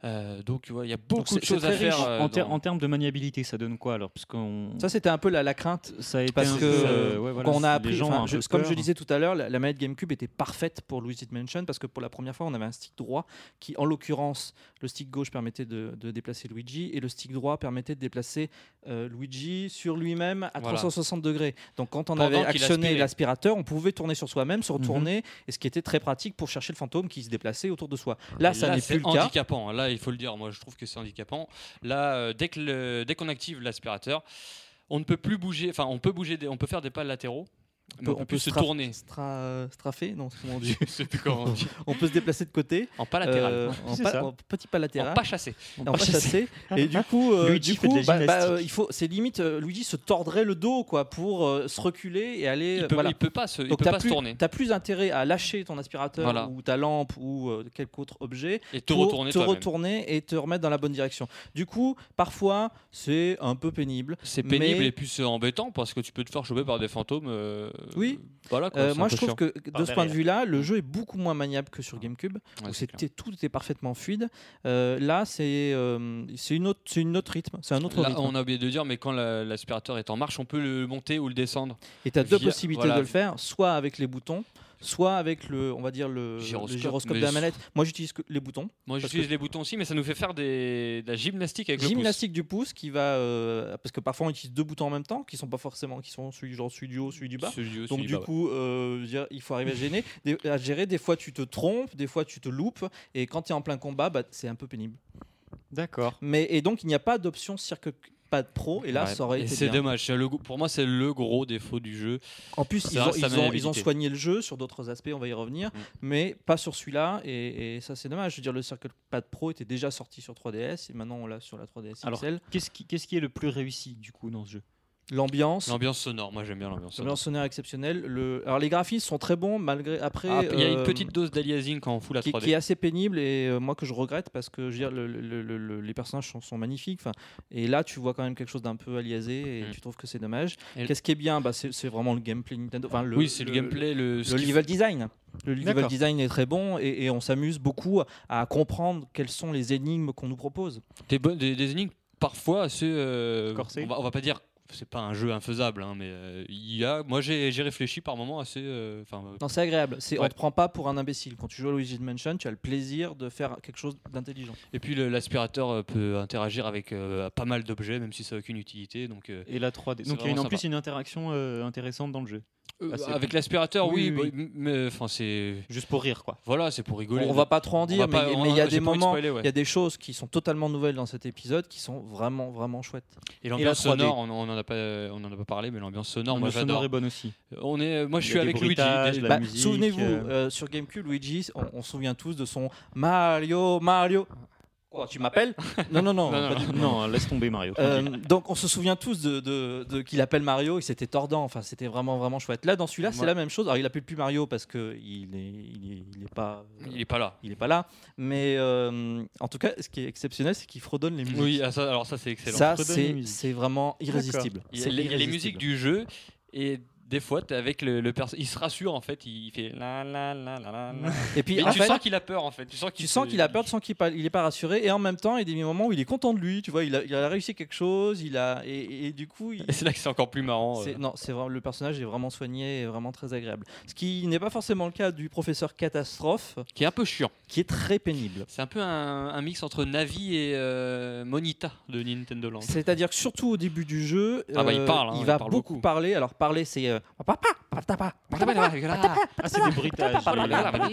Speaker 3: Euh, donc tu vois, il y a
Speaker 2: Donc,
Speaker 3: beaucoup
Speaker 2: c'est-
Speaker 3: de choses
Speaker 2: c'est
Speaker 3: à
Speaker 2: très riche.
Speaker 3: faire. euh,
Speaker 2: En, ter-
Speaker 3: dans-
Speaker 2: en termes de maniabilité, ça donne quoi alors Parce qu'on
Speaker 4: Ça, c'était un peu la, la crainte
Speaker 2: ça a été
Speaker 4: parce
Speaker 2: un
Speaker 4: que,
Speaker 2: peu, euh, ouais, voilà,
Speaker 4: qu'on a
Speaker 2: les
Speaker 4: appris.
Speaker 2: gens ont
Speaker 4: enfin,
Speaker 2: un
Speaker 4: je-
Speaker 2: peu
Speaker 4: comme
Speaker 2: peur. hein.
Speaker 4: je disais tout à l'heure, la, la manette GameCube était parfaite pour Luigi's Mansion parce que pour la première fois, on avait un stick droit qui, en l'occurrence, le stick gauche permettait de, de déplacer Luigi et le stick droit permettait de déplacer euh, Luigi sur lui-même à
Speaker 3: Voilà.
Speaker 4: 360 degrés. Donc, quand on
Speaker 3: Pendant
Speaker 4: avait
Speaker 3: qu'il
Speaker 4: actionné
Speaker 3: aspirait.
Speaker 4: l'aspirateur, on pouvait tourner sur soi-même, se
Speaker 2: Mhm.
Speaker 4: retourner, et ce qui était très pratique pour chercher le fantôme qui se déplaçait autour de soi. Là,
Speaker 3: Et
Speaker 4: ça
Speaker 3: là,
Speaker 4: n'est
Speaker 3: c'est
Speaker 4: plus le cas.
Speaker 3: handicapant. hein. Là, il faut le dire, moi je trouve que c'est handicapant. Là, euh, dès que le- dès qu'on active l'aspirateur, on ne peut plus bouger. Enfin, on peut bouger, des- on peut faire des pas latéraux. mais On peut, plus se
Speaker 4: stra-
Speaker 3: tourner.
Speaker 4: stra- strafer, non, c'est comment on dit.
Speaker 3: Je sais plus comment on dit.
Speaker 4: on peut se déplacer de côté.
Speaker 3: En pas latéral.
Speaker 4: euh, en,
Speaker 2: C'est
Speaker 4: pa-
Speaker 2: ça.
Speaker 4: en petit pas latéral.
Speaker 3: En pas chassé.
Speaker 2: hein.
Speaker 4: Et on va chasser.
Speaker 1: Ah, bah,
Speaker 4: Et du coup, euh,
Speaker 2: Luigi
Speaker 4: du
Speaker 2: fait de
Speaker 4: coup,
Speaker 2: la
Speaker 4: bah- bah,
Speaker 2: gymnastique.
Speaker 4: euh, il faut, c'est limite euh, Luigi se tordrait le dos quoi pour euh, se reculer et aller.
Speaker 3: Il
Speaker 4: euh,
Speaker 3: peut,
Speaker 4: voilà.
Speaker 3: il peut pas se, il
Speaker 4: Donc
Speaker 3: peut
Speaker 4: t'as
Speaker 3: pas se
Speaker 4: plus,
Speaker 3: tourner
Speaker 4: t'as plus intérêt à lâcher ton aspirateur
Speaker 3: Voilà.
Speaker 4: ou ta lampe ou euh, quelque autre objet
Speaker 3: et te
Speaker 4: pour
Speaker 3: retourner
Speaker 4: te
Speaker 3: toi-même.
Speaker 4: retourner et te remettre dans la bonne direction. Du coup, parfois c'est un peu pénible.
Speaker 3: C'est pénible
Speaker 4: Mais-
Speaker 3: et plus euh, embêtant parce que tu peux te faire choper par des fantômes. euh,
Speaker 4: Oui.
Speaker 3: Voilà. quoi,
Speaker 4: Euh,
Speaker 3: c'est un
Speaker 4: moi,
Speaker 3: peu
Speaker 4: je trouve
Speaker 3: chiant. Ah.
Speaker 4: que
Speaker 1: Par
Speaker 4: de ce point de
Speaker 1: derrière. Mm.
Speaker 4: vue-là, le jeu est beaucoup moins maniable que sur GameCube.
Speaker 3: Ouais,
Speaker 4: où
Speaker 3: c'est clair.
Speaker 4: c'était tout était parfaitement fluide. Euh, là, c'est euh, c'est une autre c'est une autre rythme, c'est un autre
Speaker 3: Là,
Speaker 4: rythme.
Speaker 3: on a oublié de dire, mais quand la- l'aspirateur est en marche, on peut le monter ou le descendre.
Speaker 4: Et tu as deux
Speaker 3: via-
Speaker 4: possibilités
Speaker 3: voilà.
Speaker 4: de le faire, soit avec les boutons, soit avec le on va dire le
Speaker 3: Gyroscope,
Speaker 4: le gyroscope
Speaker 3: mais
Speaker 4: de la
Speaker 3: s-
Speaker 4: manette. Moi, j'utilise que les boutons.
Speaker 3: Moi,
Speaker 4: Parce
Speaker 3: j'utilise les boutons aussi, mais ça nous fait faire des, de la gymnastique avec
Speaker 4: Gymnastique du pouce qui va euh, parce que parfois on utilise deux boutons en même temps qui sont pas forcément qui sont celui genre celui du haut, celui du
Speaker 3: le pouce.
Speaker 4: bas.
Speaker 3: Celui-
Speaker 4: Donc
Speaker 3: celui
Speaker 4: du
Speaker 3: bas, ouais.
Speaker 4: coup, euh, je veux dire, il faut arriver à gêner, des- à gérer. Des fois, tu te trompes, des fois, tu te loupes, et quand tu es en plein combat, bah, c'est un peu pénible.
Speaker 2: D'accord.
Speaker 4: Mais et donc, il n'y a pas d'option cirque pas de pro, et là,
Speaker 3: Ouais.
Speaker 4: ça aurait
Speaker 3: Et
Speaker 4: été
Speaker 3: c'est
Speaker 4: bien.
Speaker 3: dommage. c'est le gros- pour moi, c'est le gros défaut du jeu.
Speaker 4: En plus,
Speaker 3: Ça
Speaker 4: ils ont,
Speaker 3: reste
Speaker 4: ils,
Speaker 3: sa
Speaker 4: ont, ils ont
Speaker 3: maniabilité.
Speaker 4: soigné le jeu sur d'autres aspects, on va y revenir,
Speaker 3: Mm.
Speaker 4: mais pas sur celui-là, et, et ça c'est dommage. Je veux dire, le Circle Pad Pro était déjà sorti sur 3DS, et maintenant on l'a sur la 3DS
Speaker 2: Alors,
Speaker 4: XL.
Speaker 2: Qu'est-ce qui, qu'est-ce qui est le plus réussi du coup dans ce jeu
Speaker 4: L'ambiance,
Speaker 3: L'ambiance sonore, moi j'aime bien l'ambiance sonore.
Speaker 4: l'ambiance sonore exceptionnelle. Le... Alors les graphismes sont très bons, malgré après.
Speaker 3: Ah, Il y a une
Speaker 4: euh,
Speaker 3: petite dose d'aliasing quand on fout la
Speaker 4: qui,
Speaker 3: 3D.
Speaker 4: qui est assez pénible et euh, moi que je regrette parce que je veux dire, le- le- le- le- les personnages sont, sont magnifiques. 'fin, Et là, tu vois quand même quelque chose d'un peu aliasé et
Speaker 3: Mm.
Speaker 4: tu trouves que c'est dommage.
Speaker 3: Et-
Speaker 4: Qu'est-ce qui est bien bah, c'est, c'est vraiment le gameplay Nintendo. 'Fin,
Speaker 3: oui, c'est le, gameplay, le, ce
Speaker 4: Le
Speaker 3: qui-
Speaker 4: level design. Le level
Speaker 2: D'accord.
Speaker 4: design est très bon et, et on s'amuse beaucoup à comprendre quelles sont les énigmes qu'on nous propose.
Speaker 3: des, bonnes- des- des énigmes parfois assez. euh,
Speaker 2: Corsées.
Speaker 3: on, va, on va pas dire. C'est pas un jeu infaisable, hein, mais euh, il y a. Moi, j'ai j'ai réfléchi par moments assez. euh, enfin, euh,
Speaker 4: Non, c'est agréable. C'est, On
Speaker 3: Ouais.
Speaker 4: ne te prend pas pour un imbécile. Quand tu joues à Luigi's Mansion, tu as le plaisir de faire quelque chose d'intelligent.
Speaker 3: et puis, le- l'aspirateur euh, peut interagir avec euh, pas mal d'objets, même si ça n'a aucune utilité. Donc, euh,
Speaker 2: Et la 3D.
Speaker 3: C'est
Speaker 2: Donc il y a une- en
Speaker 3: vraiment
Speaker 2: plus une interaction euh, intéressante dans le jeu.
Speaker 3: euh,
Speaker 4: bah,
Speaker 2: assez-
Speaker 3: avec l'aspirateur,
Speaker 2: Oui,
Speaker 3: oui, bah,
Speaker 2: oui.
Speaker 3: m- mais enfin, c'est.
Speaker 2: Juste pour rire quoi.
Speaker 3: Voilà, c'est pour rigoler.
Speaker 4: on va pas trop en dire,
Speaker 3: va pas-
Speaker 4: mais
Speaker 3: on-
Speaker 4: mais il y a
Speaker 3: j'ai
Speaker 4: des
Speaker 3: pas envie de
Speaker 4: moments,
Speaker 3: spoiler, ouais.
Speaker 4: il y a des choses qui sont totalement nouvelles dans cet épisode qui sont vraiment, vraiment chouettes.
Speaker 3: Et l'ambiance
Speaker 2: 3D.
Speaker 3: sonore, on, on en a pas, on en a pas parlé, mais l'ambiance sonore, moi
Speaker 2: le sonore
Speaker 3: j'adore.
Speaker 2: est bonne aussi.
Speaker 3: On est, moi je
Speaker 2: Il y
Speaker 3: suis
Speaker 2: a des
Speaker 3: avec Luigi.
Speaker 2: bruitages,
Speaker 3: déjà.
Speaker 2: la-
Speaker 4: Bah,
Speaker 2: musique,
Speaker 4: Souvenez-vous,
Speaker 2: euh,
Speaker 4: euh, sur GameCube, Luigi, on, on se souvient tous de son Mario, Mario. Quoi, tu m'appelles Non, non, non.
Speaker 3: Non, non,
Speaker 4: pas
Speaker 3: non.
Speaker 4: du tout.
Speaker 2: Non, laisse tomber Mario.
Speaker 4: Euh, donc on se souvient tous de, de- de- qu'il appelle Mario et c'était tordant. Enfin, c'était vraiment vraiment chouette. Là, dans celui-là, c'est
Speaker 3: Moi-
Speaker 4: la même chose. Alors, il appelle plus Mario parce que il est il est, il est pas euh,
Speaker 3: Il est pas là.
Speaker 4: il est pas là. Mais euh, en tout cas, ce qui est exceptionnel, c'est qu'il fredonne les musiques.
Speaker 3: Oui, ah, ça- alors ça c'est excellent.
Speaker 4: Mm-hmm. ça,
Speaker 2: fredonne les
Speaker 4: c'est
Speaker 2: musiques.
Speaker 4: c'est vraiment irrésistible.
Speaker 3: il y a,
Speaker 4: C'est
Speaker 3: les- il y a les
Speaker 4: irrésistible.
Speaker 3: musiques du jeu et des fois t'es avec le, le perso, il se rassure en fait, il fait la la la la la. la.
Speaker 4: Et puis
Speaker 3: Mais tu
Speaker 4: Raphaël,
Speaker 3: sens qu'il a peur en fait. Tu sens qu'il
Speaker 4: tu sens
Speaker 3: se-
Speaker 4: qu'il a peur, tu sens qu'il pa- il est pas rassuré, et en même temps, il y a des moments où il est content de lui. Tu vois, il a, il a réussi quelque chose, il a et, et- et du coup, il,
Speaker 3: Et c'est là que c'est encore plus marrant.
Speaker 4: C'est-
Speaker 3: euh.
Speaker 4: non, c'est vraiment- le personnage est vraiment soigné et vraiment très agréable. Ce qui n'est pas forcément le cas du professeur Catastrophe,
Speaker 3: Qui est un peu chiant.
Speaker 4: qui est très pénible.
Speaker 3: C'est un peu un, un mix entre Navi et euh, Monita de Nintendo Land.
Speaker 4: C'est-à-dire que surtout au début du jeu, euh,
Speaker 3: Ah bah, il parle, hein,
Speaker 4: il
Speaker 3: il
Speaker 4: va
Speaker 3: parle
Speaker 4: beaucoup,
Speaker 3: beaucoup.
Speaker 4: parler. Alors parler, c'est euh, papa, papa, papa,
Speaker 2: Ah, c'est des bruitages.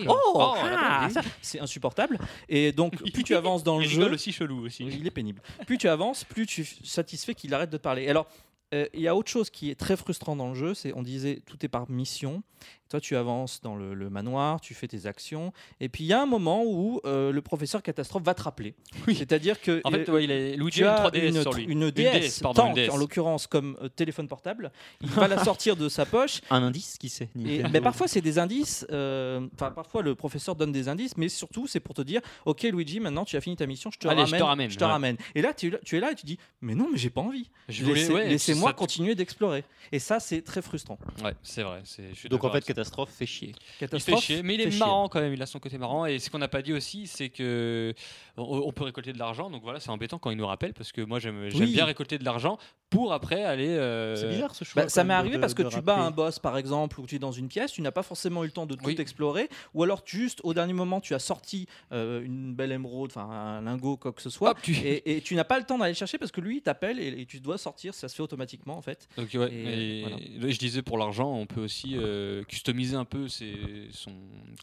Speaker 4: oh, ah, ça, c'est insupportable. Et donc plus tu avances dans le
Speaker 3: Il rigole
Speaker 4: jeu,
Speaker 3: aussi chelou aussi.
Speaker 4: il est pénible. Plus tu avances, plus tu es satisfait qu'il arrête de parler. Alors euh, il y a autre chose qui est très frustrant dans le jeu, c'est on disait tout est par mission. Toi, tu avances dans le, le manoir, tu fais tes actions, et puis il y a un moment où euh, le professeur catastrophe va te rappeler. C'est-à-dire que
Speaker 3: En fait,
Speaker 4: euh,
Speaker 3: ouais, il est Luigi
Speaker 4: tu
Speaker 3: a une
Speaker 4: as
Speaker 3: 3DS
Speaker 4: une,
Speaker 3: sur lui.
Speaker 4: une DS,
Speaker 3: pardon,
Speaker 4: tank,
Speaker 3: une DS.
Speaker 4: en l'occurrence comme euh, téléphone portable. Il va la sortir de sa poche.
Speaker 2: Un indice qui sait.
Speaker 4: et-
Speaker 2: Nintendo.
Speaker 4: mais parfois c'est des indices. euh, Enfin parfois le professeur donne des indices, mais surtout c'est pour te dire, ok Luigi, maintenant tu as fini ta mission, je te
Speaker 3: Allez, je
Speaker 4: ramène,
Speaker 3: te ramène,
Speaker 4: je te
Speaker 3: ouais.
Speaker 4: ramène. Et là tu, es là- tu es là et tu dis, mais non mais j'ai pas envie.
Speaker 3: Je
Speaker 4: Laissez-
Speaker 3: voulais- ouais,
Speaker 4: Laissez-moi moi
Speaker 3: ça-
Speaker 4: continuer d'explorer. Et ça, c'est très frustrant.
Speaker 3: Ouais, c'est vrai. c'est- je suis
Speaker 8: Donc en
Speaker 3: d'accord
Speaker 8: fait,
Speaker 3: avec ça.
Speaker 8: catastrophe fait chier.
Speaker 3: il
Speaker 4: Catastrophe.
Speaker 3: fait chier, mais il
Speaker 4: fait
Speaker 3: est
Speaker 4: chier.
Speaker 3: marrant quand même. Il a son côté marrant. Et ce qu'on n'a pas dit aussi, c'est que on, on peut récolter de l'argent. Donc voilà, c'est embêtant quand il nous rappelle parce que moi j'aime j'aime
Speaker 4: Oui.
Speaker 3: bien récolter de l'argent pour après aller. euh,
Speaker 8: C'est bizarre ce choix.
Speaker 4: Bah, ça
Speaker 8: quand
Speaker 4: m'est
Speaker 8: même,
Speaker 4: arrivé
Speaker 8: de-
Speaker 4: parce que
Speaker 8: de
Speaker 4: tu bats un
Speaker 8: rappeler.
Speaker 4: boss par exemple ou tu es dans une pièce, tu n'as pas forcément eu le temps de tout
Speaker 3: Oui.
Speaker 4: explorer ou alors tu- juste au dernier moment tu as sorti euh, une belle émeraude, enfin un lingot, quoi que ce soit.
Speaker 3: hop, tu-
Speaker 4: Et, et tu n'as pas le temps d'aller le chercher parce que lui il t'appelle et, et tu dois sortir, ça se fait automatiquement en fait.
Speaker 3: Donc ouais,
Speaker 4: Et,
Speaker 3: et-
Speaker 4: voilà.
Speaker 3: et je disais pour l'argent, on peut aussi euh, customiser un peu ses, son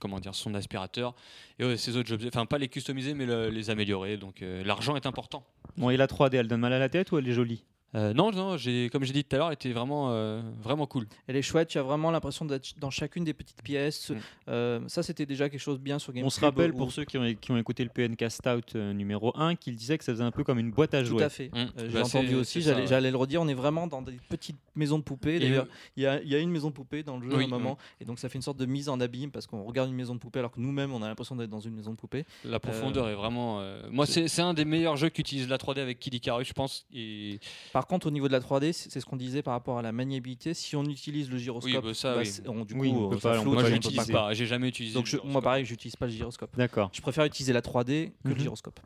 Speaker 3: comment dire son aspirateur et euh, ses autres objets. Enfin pas les customiser mais le- les améliorer. Donc euh, l'argent est important.
Speaker 2: Bon, et la 3D, elle donne mal à la tête ou elle est jolie
Speaker 3: Euh, non non, j'ai comme j'ai dit tout à l'heure, elle était vraiment euh, vraiment cool.
Speaker 4: Elle est chouette, tu as vraiment l'impression d'être ch- dans chacune des petites pièces.
Speaker 3: Mm.
Speaker 4: Euh, ça c'était déjà quelque chose de bien sur GameCube.
Speaker 2: On se rappelle
Speaker 4: où-
Speaker 2: pour ceux qui ont, qui ont écouté le PNK Stout euh, numéro 1 qu'il disait que ça faisait un peu comme une boîte à
Speaker 4: Tout
Speaker 2: jouer.
Speaker 4: à fait.
Speaker 3: Mm.
Speaker 4: Euh, J'ai
Speaker 3: Bah, c'est-
Speaker 4: entendu aussi,
Speaker 3: c'est ça,
Speaker 4: j'allais
Speaker 3: ouais.
Speaker 4: j'allais le redire, on est vraiment dans des petites maisons de poupées.
Speaker 3: Et
Speaker 4: D'ailleurs, il y a, il y a une maison de poupée dans le jeu
Speaker 3: Oui,
Speaker 4: à un moment, et donc ça fait une sorte de mise en abîme parce qu'on regarde une maison de poupée alors que nous-mêmes on a l'impression d'être dans une maison de poupée.
Speaker 3: La profondeur est vraiment. euh, moi, c'est c'est un des meilleurs jeux qui utilise la 3D avec Kid Icarus, je pense. Et
Speaker 4: Par contre, au niveau de la 3D, c'est c'est ce qu'on disait par rapport à la maniabilité. Si on utilise le
Speaker 3: Oui,
Speaker 4: gyroscope,
Speaker 3: bah ça,
Speaker 4: bah,
Speaker 3: oui.
Speaker 4: c'est- on- du
Speaker 2: Oui, on
Speaker 4: coup,
Speaker 2: peut
Speaker 4: euh, ça
Speaker 2: pas, on
Speaker 4: flotte,
Speaker 2: peut
Speaker 3: moi,
Speaker 2: pas
Speaker 3: je
Speaker 4: on
Speaker 2: l'utiliser.
Speaker 3: l'utilise
Speaker 4: peut
Speaker 3: pas. J'ai jamais utilisé.
Speaker 4: Donc
Speaker 3: le
Speaker 4: je- moi,
Speaker 3: gyroscope.
Speaker 4: pareil, j'utilise pas le gyroscope.
Speaker 2: D'accord.
Speaker 4: Je préfère utiliser la 3D que le
Speaker 2: Mhm.
Speaker 4: gyroscope.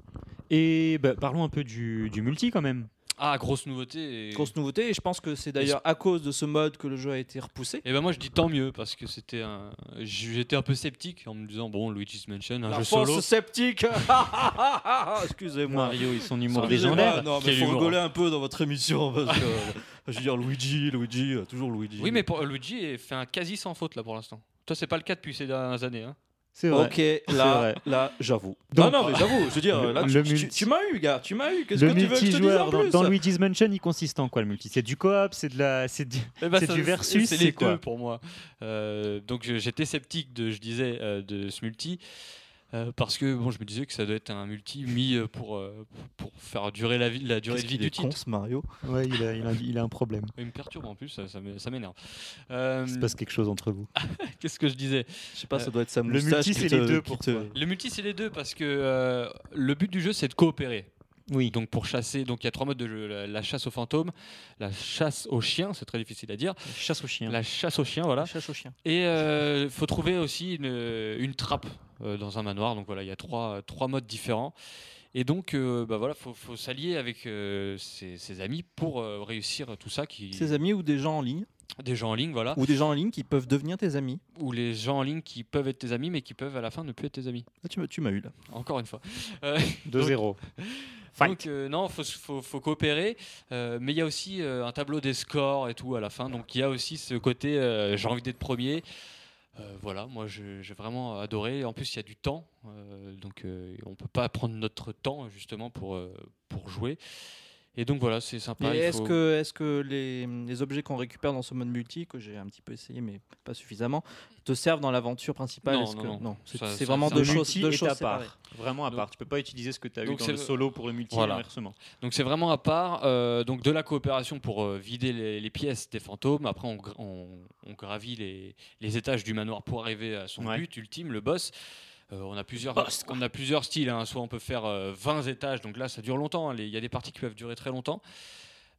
Speaker 2: Et bah, parlons un peu du, du multi quand même.
Speaker 3: Ah, grosse nouveauté. Et...
Speaker 4: Grosse nouveauté, et je pense que c'est d'ailleurs à cause de ce mode que le jeu a été repoussé.
Speaker 3: Et ben moi je dis tant mieux parce que c'était un j'étais un peu sceptique en me disant bon Luigi's Mansion un
Speaker 4: La
Speaker 3: jeu
Speaker 4: force
Speaker 3: solo
Speaker 4: sceptique Excusez-moi.
Speaker 2: Mario et son humour
Speaker 3: Ça,
Speaker 2: légendaire.
Speaker 1: Non, mais
Speaker 3: Quel
Speaker 1: faut
Speaker 4: hein.
Speaker 3: humour.
Speaker 1: rigoler un peu dans votre émission parce que euh, je veux dire Luigi, Luigi, euh, toujours Luigi.
Speaker 3: oui mais pour, Luigi est- fait un quasi sans faute là pour l'instant toi c'est pas le cas depuis ces dernières années hein.
Speaker 2: C'est vrai.
Speaker 4: Ok, là,
Speaker 2: vrai.
Speaker 4: là, j'avoue.
Speaker 2: Donc-
Speaker 4: non, non, mais j'avoue, je veux dire,
Speaker 2: Le-
Speaker 4: là, tu-
Speaker 2: le
Speaker 4: tu,
Speaker 2: multi-
Speaker 4: tu m'as eu, gars, tu m'as eu. Qu'est-ce
Speaker 2: Le
Speaker 4: que tu veux que je te dise en
Speaker 2: multijoueur dans,
Speaker 4: plus
Speaker 2: dans Luigi's Mansion, il consiste en quoi le multi C'est du coop, c'est de la, c'est du-
Speaker 3: Eh ben,
Speaker 2: C'est
Speaker 3: ça-
Speaker 2: du versus,
Speaker 3: c'est
Speaker 2: c'est
Speaker 3: les
Speaker 2: quoi
Speaker 3: deux pour moi. Euh, donc je- j'étais sceptique de, je disais, euh, de ce multi. euh, parce que bon, je me disais que ça doit être un multi mis euh, pour, euh, pour faire durer la, vie, la durée de vie du titre.
Speaker 4: ce Mario.
Speaker 2: Ouais, il a, il a- il a un problème.
Speaker 3: Il me perturbe en plus, ça, ça m'é- ça m'énerve. Euh,
Speaker 2: Il se passe quelque chose entre vous.
Speaker 3: Qu'est-ce que je disais
Speaker 4: Je sais pas,
Speaker 3: Euh,
Speaker 4: ça doit être sa
Speaker 2: le
Speaker 4: moustache.
Speaker 2: multi,
Speaker 4: qui
Speaker 2: c'est
Speaker 4: te-
Speaker 2: les deux
Speaker 4: qui
Speaker 2: pour
Speaker 4: te-
Speaker 2: toi.
Speaker 3: Le multi, c'est les deux parce que euh, le but du jeu, c'est de coopérer.
Speaker 2: Oui.
Speaker 3: Donc pour chasser, donc il y a trois modes de jeu la, la chasse aux fantômes, la chasse aux chiens, c'est très difficile à dire,
Speaker 2: Chasse aux chiens.
Speaker 3: la chasse aux chiens, voilà.
Speaker 4: Chasse au chien.
Speaker 3: Et il faut trouver aussi une, une trappe euh, dans un manoir. Donc voilà, il y a trois, trois modes différents. Et donc, euh, bah voilà, faut, faut s'allier avec euh, ses, ses amis pour euh, réussir tout ça. Qui...
Speaker 4: Ses amis ou des gens en ligne,
Speaker 3: Des gens en ligne, voilà.
Speaker 4: ou des gens en ligne qui peuvent devenir tes amis.
Speaker 3: Ou les gens en ligne qui peuvent être tes amis, mais qui peuvent à la fin ne plus être tes amis.
Speaker 4: Ah, tu m'as- tu m'as eu là.
Speaker 3: Encore une fois.
Speaker 2: 2-0.
Speaker 3: Donc euh, non, faut, se- faut, faut coopérer, euh, mais il y a aussi euh, un tableau des scores et tout à la fin, donc il y a aussi ce côté euh, j'ai envie d'être premier. Euh, voilà, moi je- j'ai vraiment adoré. En plus, il y a du temps, euh, donc euh, on peut pas prendre notre temps justement pour euh, pour jouer. Et donc voilà, c'est sympa.
Speaker 4: Et
Speaker 3: il
Speaker 4: est-ce
Speaker 3: faut-
Speaker 4: que, est que les, les objets qu'on récupère dans ce mode multi, que j'ai un petit peu essayé mais pas suffisamment, te servent dans l'aventure principale
Speaker 3: Non,
Speaker 4: Est-ce
Speaker 3: non,
Speaker 4: que-
Speaker 3: non.
Speaker 4: c'est
Speaker 3: Ça- ça-
Speaker 4: c'est vraiment
Speaker 3: ça-
Speaker 4: deux
Speaker 3: le
Speaker 4: choses, deux choses
Speaker 2: à
Speaker 4: séparées.
Speaker 2: part. Vraiment à
Speaker 3: Donc-
Speaker 2: part. Tu peux pas utiliser ce que tu as eu
Speaker 3: Donc
Speaker 2: dans
Speaker 3: c'est
Speaker 2: le
Speaker 3: le-
Speaker 2: solo pour le multi
Speaker 3: Voilà.
Speaker 2: et inversement.
Speaker 3: Donc c'est vraiment à part. euh, donc de la coopération pour euh, vider les, les pièces des fantômes. Après on, gra- on, on gravit les, les étages du manoir pour arriver à son
Speaker 2: Ouais.
Speaker 3: but ultime, le boss. Euh, on, a plusieurs, on a plusieurs styles. hein. Soit on peut faire euh, 20 étages. Donc là ça dure longtemps. hein. Les- Il y a des parties qui peuvent durer très longtemps.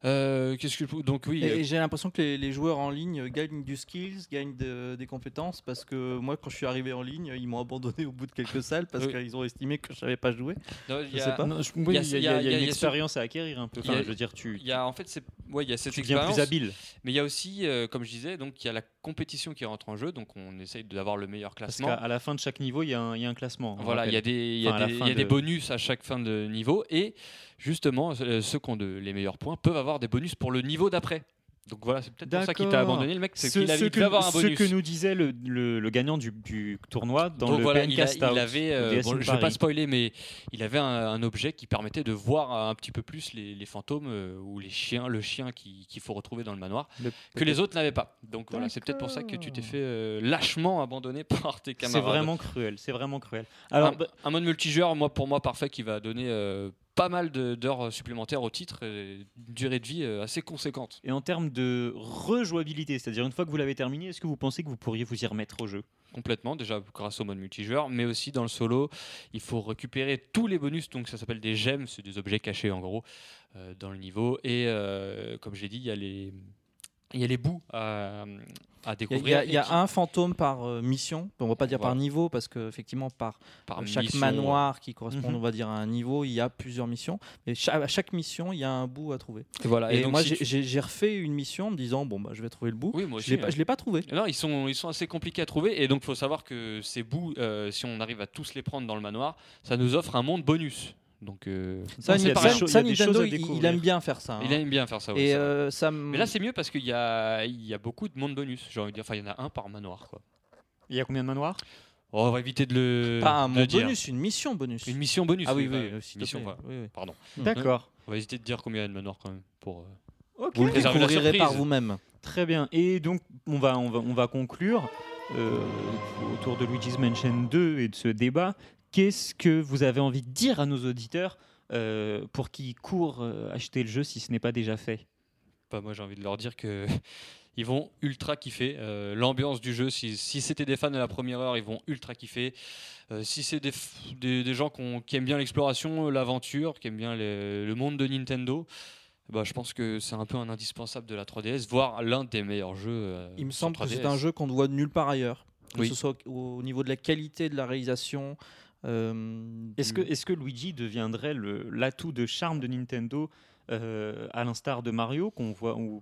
Speaker 3: Euh, Qu'est-ce que je peux- donc oui.
Speaker 4: Et,
Speaker 3: euh,
Speaker 4: et j'ai l'impression que les, les joueurs en ligne gagnent du skills, gagnent de- des compétences, parce que moi, quand je suis arrivé en ligne, ils m'ont abandonné au bout de quelques salles parce
Speaker 3: Oui.
Speaker 4: qu'ils ont estimé que je savais pas jouer.
Speaker 3: non, il y
Speaker 4: je
Speaker 3: a-
Speaker 4: sais pas.
Speaker 2: Non, je- oui,
Speaker 3: Il y a-
Speaker 2: Il y a il y
Speaker 3: il y
Speaker 2: a
Speaker 3: a
Speaker 2: une
Speaker 3: ce-
Speaker 2: expérience à acquérir un peu. Enfin,
Speaker 3: Il y a-
Speaker 2: je veux dire, tu
Speaker 3: il y a en fait c'est ouais il y a cette
Speaker 2: tu deviens plus
Speaker 3: expérience.
Speaker 2: habile.
Speaker 3: Mais il y a aussi euh, comme je disais donc il y a la compétition qui rentre en jeu. Donc on essaye d'avoir le meilleur
Speaker 2: Parce
Speaker 3: classement.
Speaker 2: qu'à à la fin de chaque niveau, il y a un il y a un classement. on
Speaker 3: Voilà, il y a
Speaker 2: rappelle.
Speaker 3: des, il y a
Speaker 2: Enfin, à la
Speaker 3: des-
Speaker 2: fin
Speaker 3: il y a des
Speaker 2: de-
Speaker 3: bonus à chaque fin de niveau et justement euh, ceux qui ont de, les meilleurs points peuvent avoir des bonus pour le niveau d'après. Donc voilà, c'est peut-être pour ça qu'il t'a
Speaker 2: D'accord.
Speaker 3: abandonné le mec, c'est
Speaker 2: Ce-
Speaker 3: qu'il
Speaker 2: ce
Speaker 3: avait
Speaker 2: que-
Speaker 3: dû avoir un
Speaker 2: ce
Speaker 3: bonus.
Speaker 2: que nous disait le, le- le gagnant du, du tournoi dans
Speaker 3: Donc
Speaker 2: le Ben
Speaker 3: voilà,
Speaker 2: PNK
Speaker 3: il, a-
Speaker 2: Stout,
Speaker 3: il avait, euh,
Speaker 2: au DS
Speaker 3: bon,
Speaker 2: in
Speaker 3: je vais pas
Speaker 2: Paris.
Speaker 3: spoiler, mais il avait un, un objet qui permettait de voir euh, un petit peu plus les, les fantômes euh, ou les chiens, le chien qui- qu'il faut retrouver dans le manoir,
Speaker 2: Le-
Speaker 3: que les autres n'avaient pas. Donc voilà, c'est peut-être pour ça que tu t'es fait euh, lâchement abandonner par tes
Speaker 2: C'est
Speaker 3: camarades.
Speaker 2: vraiment cruel, c'est vraiment cruel. Alors,
Speaker 3: un, un mode multijoueur, moi, pour moi, parfait, qui va donner euh, pas mal de- d'heures supplémentaires au titre et une durée de vie euh, assez conséquente.
Speaker 2: Et en termes de rejouabilité, c'est-à-dire une fois que vous l'avez terminé, est-ce que vous pensez que vous pourriez vous y remettre au jeu
Speaker 3: Complètement, déjà grâce au mode multijoueur, mais aussi dans le solo, il faut récupérer tous les bonus, donc ça s'appelle des gemmes, c'est des objets cachés en gros euh, dans le niveau. Et euh, comme j'ai dit, il y a les. Il y a les bouts à, à
Speaker 4: Il y a-
Speaker 3: découvrir.
Speaker 4: il y a, il y a
Speaker 3: et qui-
Speaker 4: un fantôme par euh, mission. On va pas dire
Speaker 3: Voilà.
Speaker 4: par niveau parce que effectivement par
Speaker 3: par
Speaker 4: chaque
Speaker 3: mission,
Speaker 4: manoir qui correspond,
Speaker 2: Mhm.
Speaker 4: on va dire à un niveau, il y a plusieurs missions. Et cha- à chaque mission, il y a un bout à trouver.
Speaker 3: euh, Et voilà.
Speaker 4: Et,
Speaker 3: donc,
Speaker 4: moi,
Speaker 3: si
Speaker 4: j'ai-
Speaker 3: tu-
Speaker 4: j'ai j'ai refait une mission en me disant bon bah je vais trouver le bout.
Speaker 3: Oui, moi
Speaker 4: je l'ai
Speaker 3: aussi,
Speaker 4: pas- je l'ai pas trouvé.
Speaker 3: Non, ils sont, ils sont assez compliqués à trouver et donc faut savoir que ces bouts, euh, si on arrive à tous les prendre dans le manoir, ça nous offre un monde bonus. Donc euh,
Speaker 4: Ça,
Speaker 2: Non, il y a des
Speaker 4: Nintendo,
Speaker 2: cho- il y a des
Speaker 4: Nintendo,
Speaker 2: choses à
Speaker 4: il- il,
Speaker 2: découvrir.
Speaker 4: aime bien faire ça. hein.
Speaker 3: il aime bien faire ça. ouais,
Speaker 4: Et
Speaker 3: c'est vrai.
Speaker 4: euh, ça me-
Speaker 3: Mais là c'est mieux parce qu'il y a, il y a beaucoup de mondes bonus. J'ai envie de dire, enfin il y en a un par manoir quoi.
Speaker 2: Il y a combien de manoirs
Speaker 3: Oh, on va éviter de le,
Speaker 4: pas un
Speaker 3: de
Speaker 4: monde
Speaker 3: dire.
Speaker 4: bonus, une mission bonus.
Speaker 3: Une mission bonus.
Speaker 4: ah oui,
Speaker 3: bah,
Speaker 4: oui, s'il te
Speaker 3: mission,
Speaker 4: plaît.
Speaker 3: voilà.
Speaker 4: Oui, oui.
Speaker 3: Pardon.
Speaker 2: Mhm. D'accord.
Speaker 3: On va éviter de dire combien il y a de manoirs quand même pour. euh,
Speaker 4: Vous le
Speaker 3: Préservez la
Speaker 4: découvrirez par
Speaker 3: surprise.
Speaker 4: vous-même.
Speaker 2: Très bien. Et donc, on va, on va, on va conclure euh, autour de Luigi's Mansion 2 et de ce débat. Qu'est-ce que vous avez envie de dire à nos auditeurs euh, pour qu'ils courent euh, acheter le jeu si ce n'est pas déjà fait
Speaker 3: Bah, moi, j'ai envie de leur dire que ils vont ultra kiffer euh, l'ambiance du jeu. Si, si c'était des fans à la première heure, ils vont ultra kiffer. Euh, si c'est des, f- des, des gens qu'on- qui aiment bien l'exploration, euh, l'aventure, qui aiment bien les- le monde de Nintendo, bah, je pense que c'est un peu un indispensable de la 3DS, voire l'un des meilleurs jeux. euh,
Speaker 4: Il me
Speaker 3: sur
Speaker 4: semble que c'est
Speaker 3: 3DS.
Speaker 4: un jeu qu'on ne voit nulle part ailleurs. Que
Speaker 3: Oui.
Speaker 4: ce soit au au niveau de la qualité de la réalisation. euh,
Speaker 2: Est-ce que,
Speaker 4: du-
Speaker 2: est que Luigi deviendrait le- l'atout de charme de Nintendo euh, à l'instar de Mario qu'on voit où,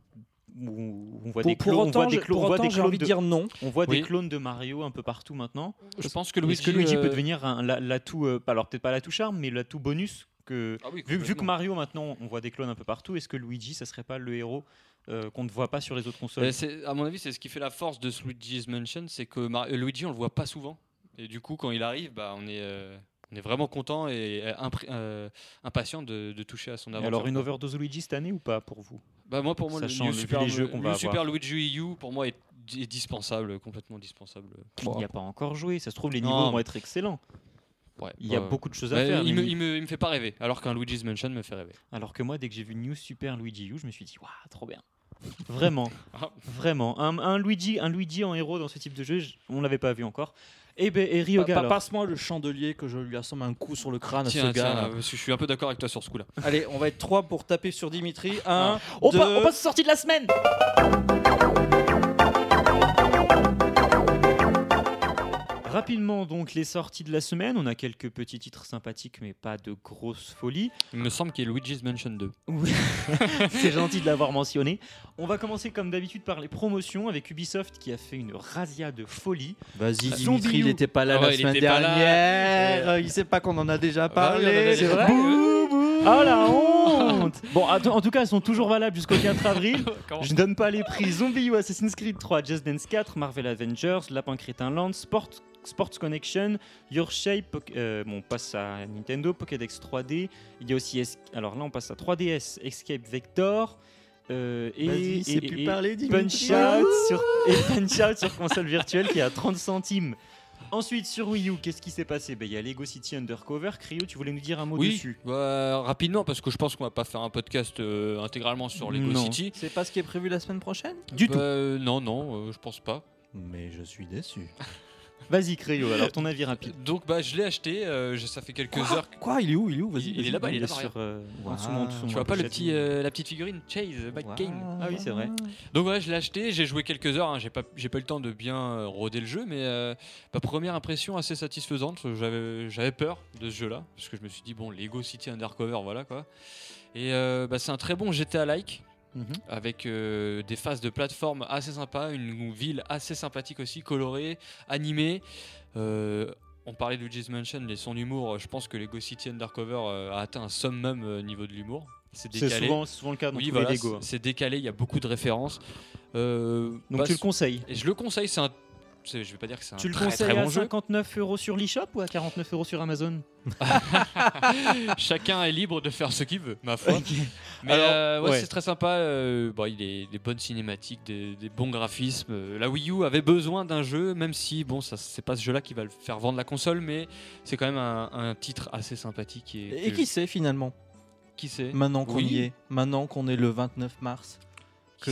Speaker 2: où on voit des
Speaker 4: pour, pour
Speaker 2: clones, on voit
Speaker 4: autant,
Speaker 2: des
Speaker 4: j'ai-
Speaker 2: clones,
Speaker 4: pour
Speaker 2: on voit
Speaker 4: autant,
Speaker 2: des
Speaker 4: j'ai
Speaker 2: clones
Speaker 4: envie
Speaker 2: de-
Speaker 4: de dire non.
Speaker 2: on voit des
Speaker 3: Oui.
Speaker 2: clones de Mario un peu partout maintenant.
Speaker 3: Je pense que
Speaker 2: Est-ce
Speaker 3: Luigi,
Speaker 2: que Luigi
Speaker 3: euh,
Speaker 2: peut devenir un- la- l'atout, euh, pas- alors peut-être pas l'atout charme, mais l'atout bonus que
Speaker 3: Ah oui,
Speaker 2: vu, vu que
Speaker 3: complètement.
Speaker 2: Mario maintenant on voit des clones un peu partout, est-ce que Luigi ça serait pas le héros euh, qu'on ne voit pas sur les autres consoles
Speaker 3: Euh, c'est- à mon avis, c'est ce qui fait la force de ce Luigi's Mansion, c'est que Mar- euh, Luigi, on le voit pas souvent. Et du coup, quand il arrive, bah, on est, euh, on est vraiment content et euh, impré- euh, impatient de, de toucher à son
Speaker 2: Et
Speaker 3: aventure.
Speaker 2: Alors une overdose Luigi cette année ou pas pour vous
Speaker 3: Bah, moi, pour moi,
Speaker 2: sachant
Speaker 3: le,
Speaker 2: le-
Speaker 3: New
Speaker 2: vu
Speaker 3: Super,
Speaker 2: les jeux qu'on
Speaker 3: le
Speaker 2: va
Speaker 3: Super Luigi U, pour moi, est, est dispensable, complètement dispensable.
Speaker 2: Il n'y a pas encore joué, ça se trouve les
Speaker 3: Non,
Speaker 2: niveaux vont
Speaker 3: mais-
Speaker 2: être excellents.
Speaker 3: Ouais,
Speaker 2: Il y a
Speaker 3: bah,
Speaker 2: beaucoup de choses à
Speaker 3: bah,
Speaker 2: faire.
Speaker 3: il,
Speaker 2: mais-
Speaker 3: me, il me- il me fait pas rêver, alors qu'un Luigi's Mansion me fait rêver.
Speaker 2: Alors que moi, dès que j'ai vu New Super Luigi U, je me suis dit, waouh, trop bien. Vraiment,
Speaker 3: Ah.
Speaker 2: vraiment. Un, un Luigi, un Luigi en héros dans ce type de jeu, je- on l'avait pas vu encore. Et, ben, et Ryoga,
Speaker 4: Pa-
Speaker 2: alors.
Speaker 4: Passe-moi le chandelier que je lui assomme un coup sur le
Speaker 2: Ah,
Speaker 4: crâne à
Speaker 3: Tiens,
Speaker 4: ce gars.
Speaker 3: tiens, euh, parce que je suis un peu d'accord avec toi sur ce coup-là.
Speaker 4: Allez, on va être trois pour taper sur Dimitri. Un,
Speaker 2: on,
Speaker 4: deux.
Speaker 2: pa- on passe aux sorties de la semaine Rapidement, donc, les sorties de la semaine. On a quelques petits titres sympathiques, mais pas de grosses folies.
Speaker 3: Il me semble qu'il y a Luigi's Mansion 2.
Speaker 2: C'est gentil de l'avoir mentionné. On va commencer, comme d'habitude, par les promotions avec Ubisoft qui a fait une razzia de folie.
Speaker 4: Vas-y,
Speaker 2: Zombie
Speaker 4: Dimitri, il
Speaker 2: U.
Speaker 4: n'était pas là
Speaker 3: Ah ouais,
Speaker 4: la
Speaker 3: il
Speaker 4: semaine
Speaker 3: était pas là.
Speaker 4: dernière. Il sait pas qu'on en a déjà parlé.
Speaker 3: c'est
Speaker 2: Ah Oh, la honte Bon, att- en tout cas, elles sont toujours valables jusqu'au 4 avril. Je ne donne pas les prix. Zombie U, Assassin's Creed 3, Just Dance 4, Marvel Avengers, Lapin Crétin Land, Sport, Sports Connection, Your Shape, Poc- euh, bon, on passe à Nintendo, Pokédex 3D. Il y a aussi, Es- alors là, on passe à 3DS, Escape Vector. euh, et,
Speaker 4: Vas-y,
Speaker 2: et-
Speaker 4: c'est plus
Speaker 2: et
Speaker 4: parler,
Speaker 2: Punch
Speaker 4: Dimitri.
Speaker 2: Out sur, et Punch Out sur console virtuelle qui est à 30 centimes. Ensuite, sur Wii U, qu'est-ce qui s'est passé Ben, Il y a Lego City Undercover. Cryo, tu voulais nous dire un mot
Speaker 3: Oui,
Speaker 2: dessus
Speaker 3: bah, rapidement, parce que je pense qu'on va pas faire un podcast euh, intégralement sur Lego
Speaker 2: Non.
Speaker 3: City.
Speaker 4: C'est pas ce qui est prévu la semaine prochaine
Speaker 2: Du
Speaker 3: Bah,
Speaker 2: tout.
Speaker 3: euh, Non, non, euh, je pense pas.
Speaker 5: Mais je suis déçu.
Speaker 2: Vas-y, Cryo, alors ton avis rapide.
Speaker 3: Donc bah, je l'ai acheté, euh, je- ça fait quelques heures. que-
Speaker 5: Quoi Il est où Il est où
Speaker 3: Il- il est là-bas, il est là-bas.
Speaker 2: sur, euh, en
Speaker 5: Waouh.
Speaker 2: dessous, en dessous,
Speaker 3: Tu
Speaker 2: en
Speaker 3: vois pas le
Speaker 2: pochette.
Speaker 3: petit, euh, la petite figurine Chase Back Kane
Speaker 2: Ah oui, c'est vrai.
Speaker 3: Donc voilà, je l'ai acheté, j'ai joué quelques heures, hein, j'ai pas, j'ai pas eu le temps de bien euh, rôder le jeu, mais euh, bah, première impression assez satisfaisante. J'avais j'avais peur de ce jeu-là, parce que je me suis dit, bon, Lego City Undercover, voilà quoi. Et euh, bah, c'est un très bon GTA-like,
Speaker 2: Mhm.
Speaker 3: avec euh, des phases de plateforme assez sympa, une ville assez sympathique aussi, colorée, animée. Euh, on parlait de Luigi's Mansion et son humour. euh, Je pense que Lego City Undercover euh, a atteint un summum euh, niveau de l'humour. C'est
Speaker 2: C'est
Speaker 3: décalé.
Speaker 2: souvent, souvent le cas dans
Speaker 3: oui,
Speaker 2: tous
Speaker 3: voilà,
Speaker 2: les Lego. hein.
Speaker 3: c'est- c'est décalé. Il y a beaucoup de références. Euh,
Speaker 2: Donc
Speaker 3: bah,
Speaker 2: tu le conseilles
Speaker 3: et je le conseille. C'est un c'est- je vais pas dire que c'est un
Speaker 2: Tu le
Speaker 3: très,
Speaker 2: conseilles
Speaker 3: très bon
Speaker 2: à
Speaker 3: jeu.
Speaker 2: 59 euros sur l'eShop ou à 49 euros sur Amazon
Speaker 3: Chacun est libre de faire ce qu'il veut, ma foi. Mais
Speaker 2: Alors,
Speaker 3: euh, ouais,
Speaker 2: ouais.
Speaker 3: c'est très sympa. euh, bon, il est des bonnes cinématiques, des, des bons graphismes. Euh, La Wii U avait besoin d'un jeu, même si bon, ça c'est pas ce jeu-là qui va le faire vendre la console, mais c'est quand même un, un titre assez sympathique et,
Speaker 4: Et qui sait finalement
Speaker 3: qui sait
Speaker 4: Maintenant qu'on
Speaker 3: Oui.
Speaker 4: y est, maintenant qu'on est le 29 mars, que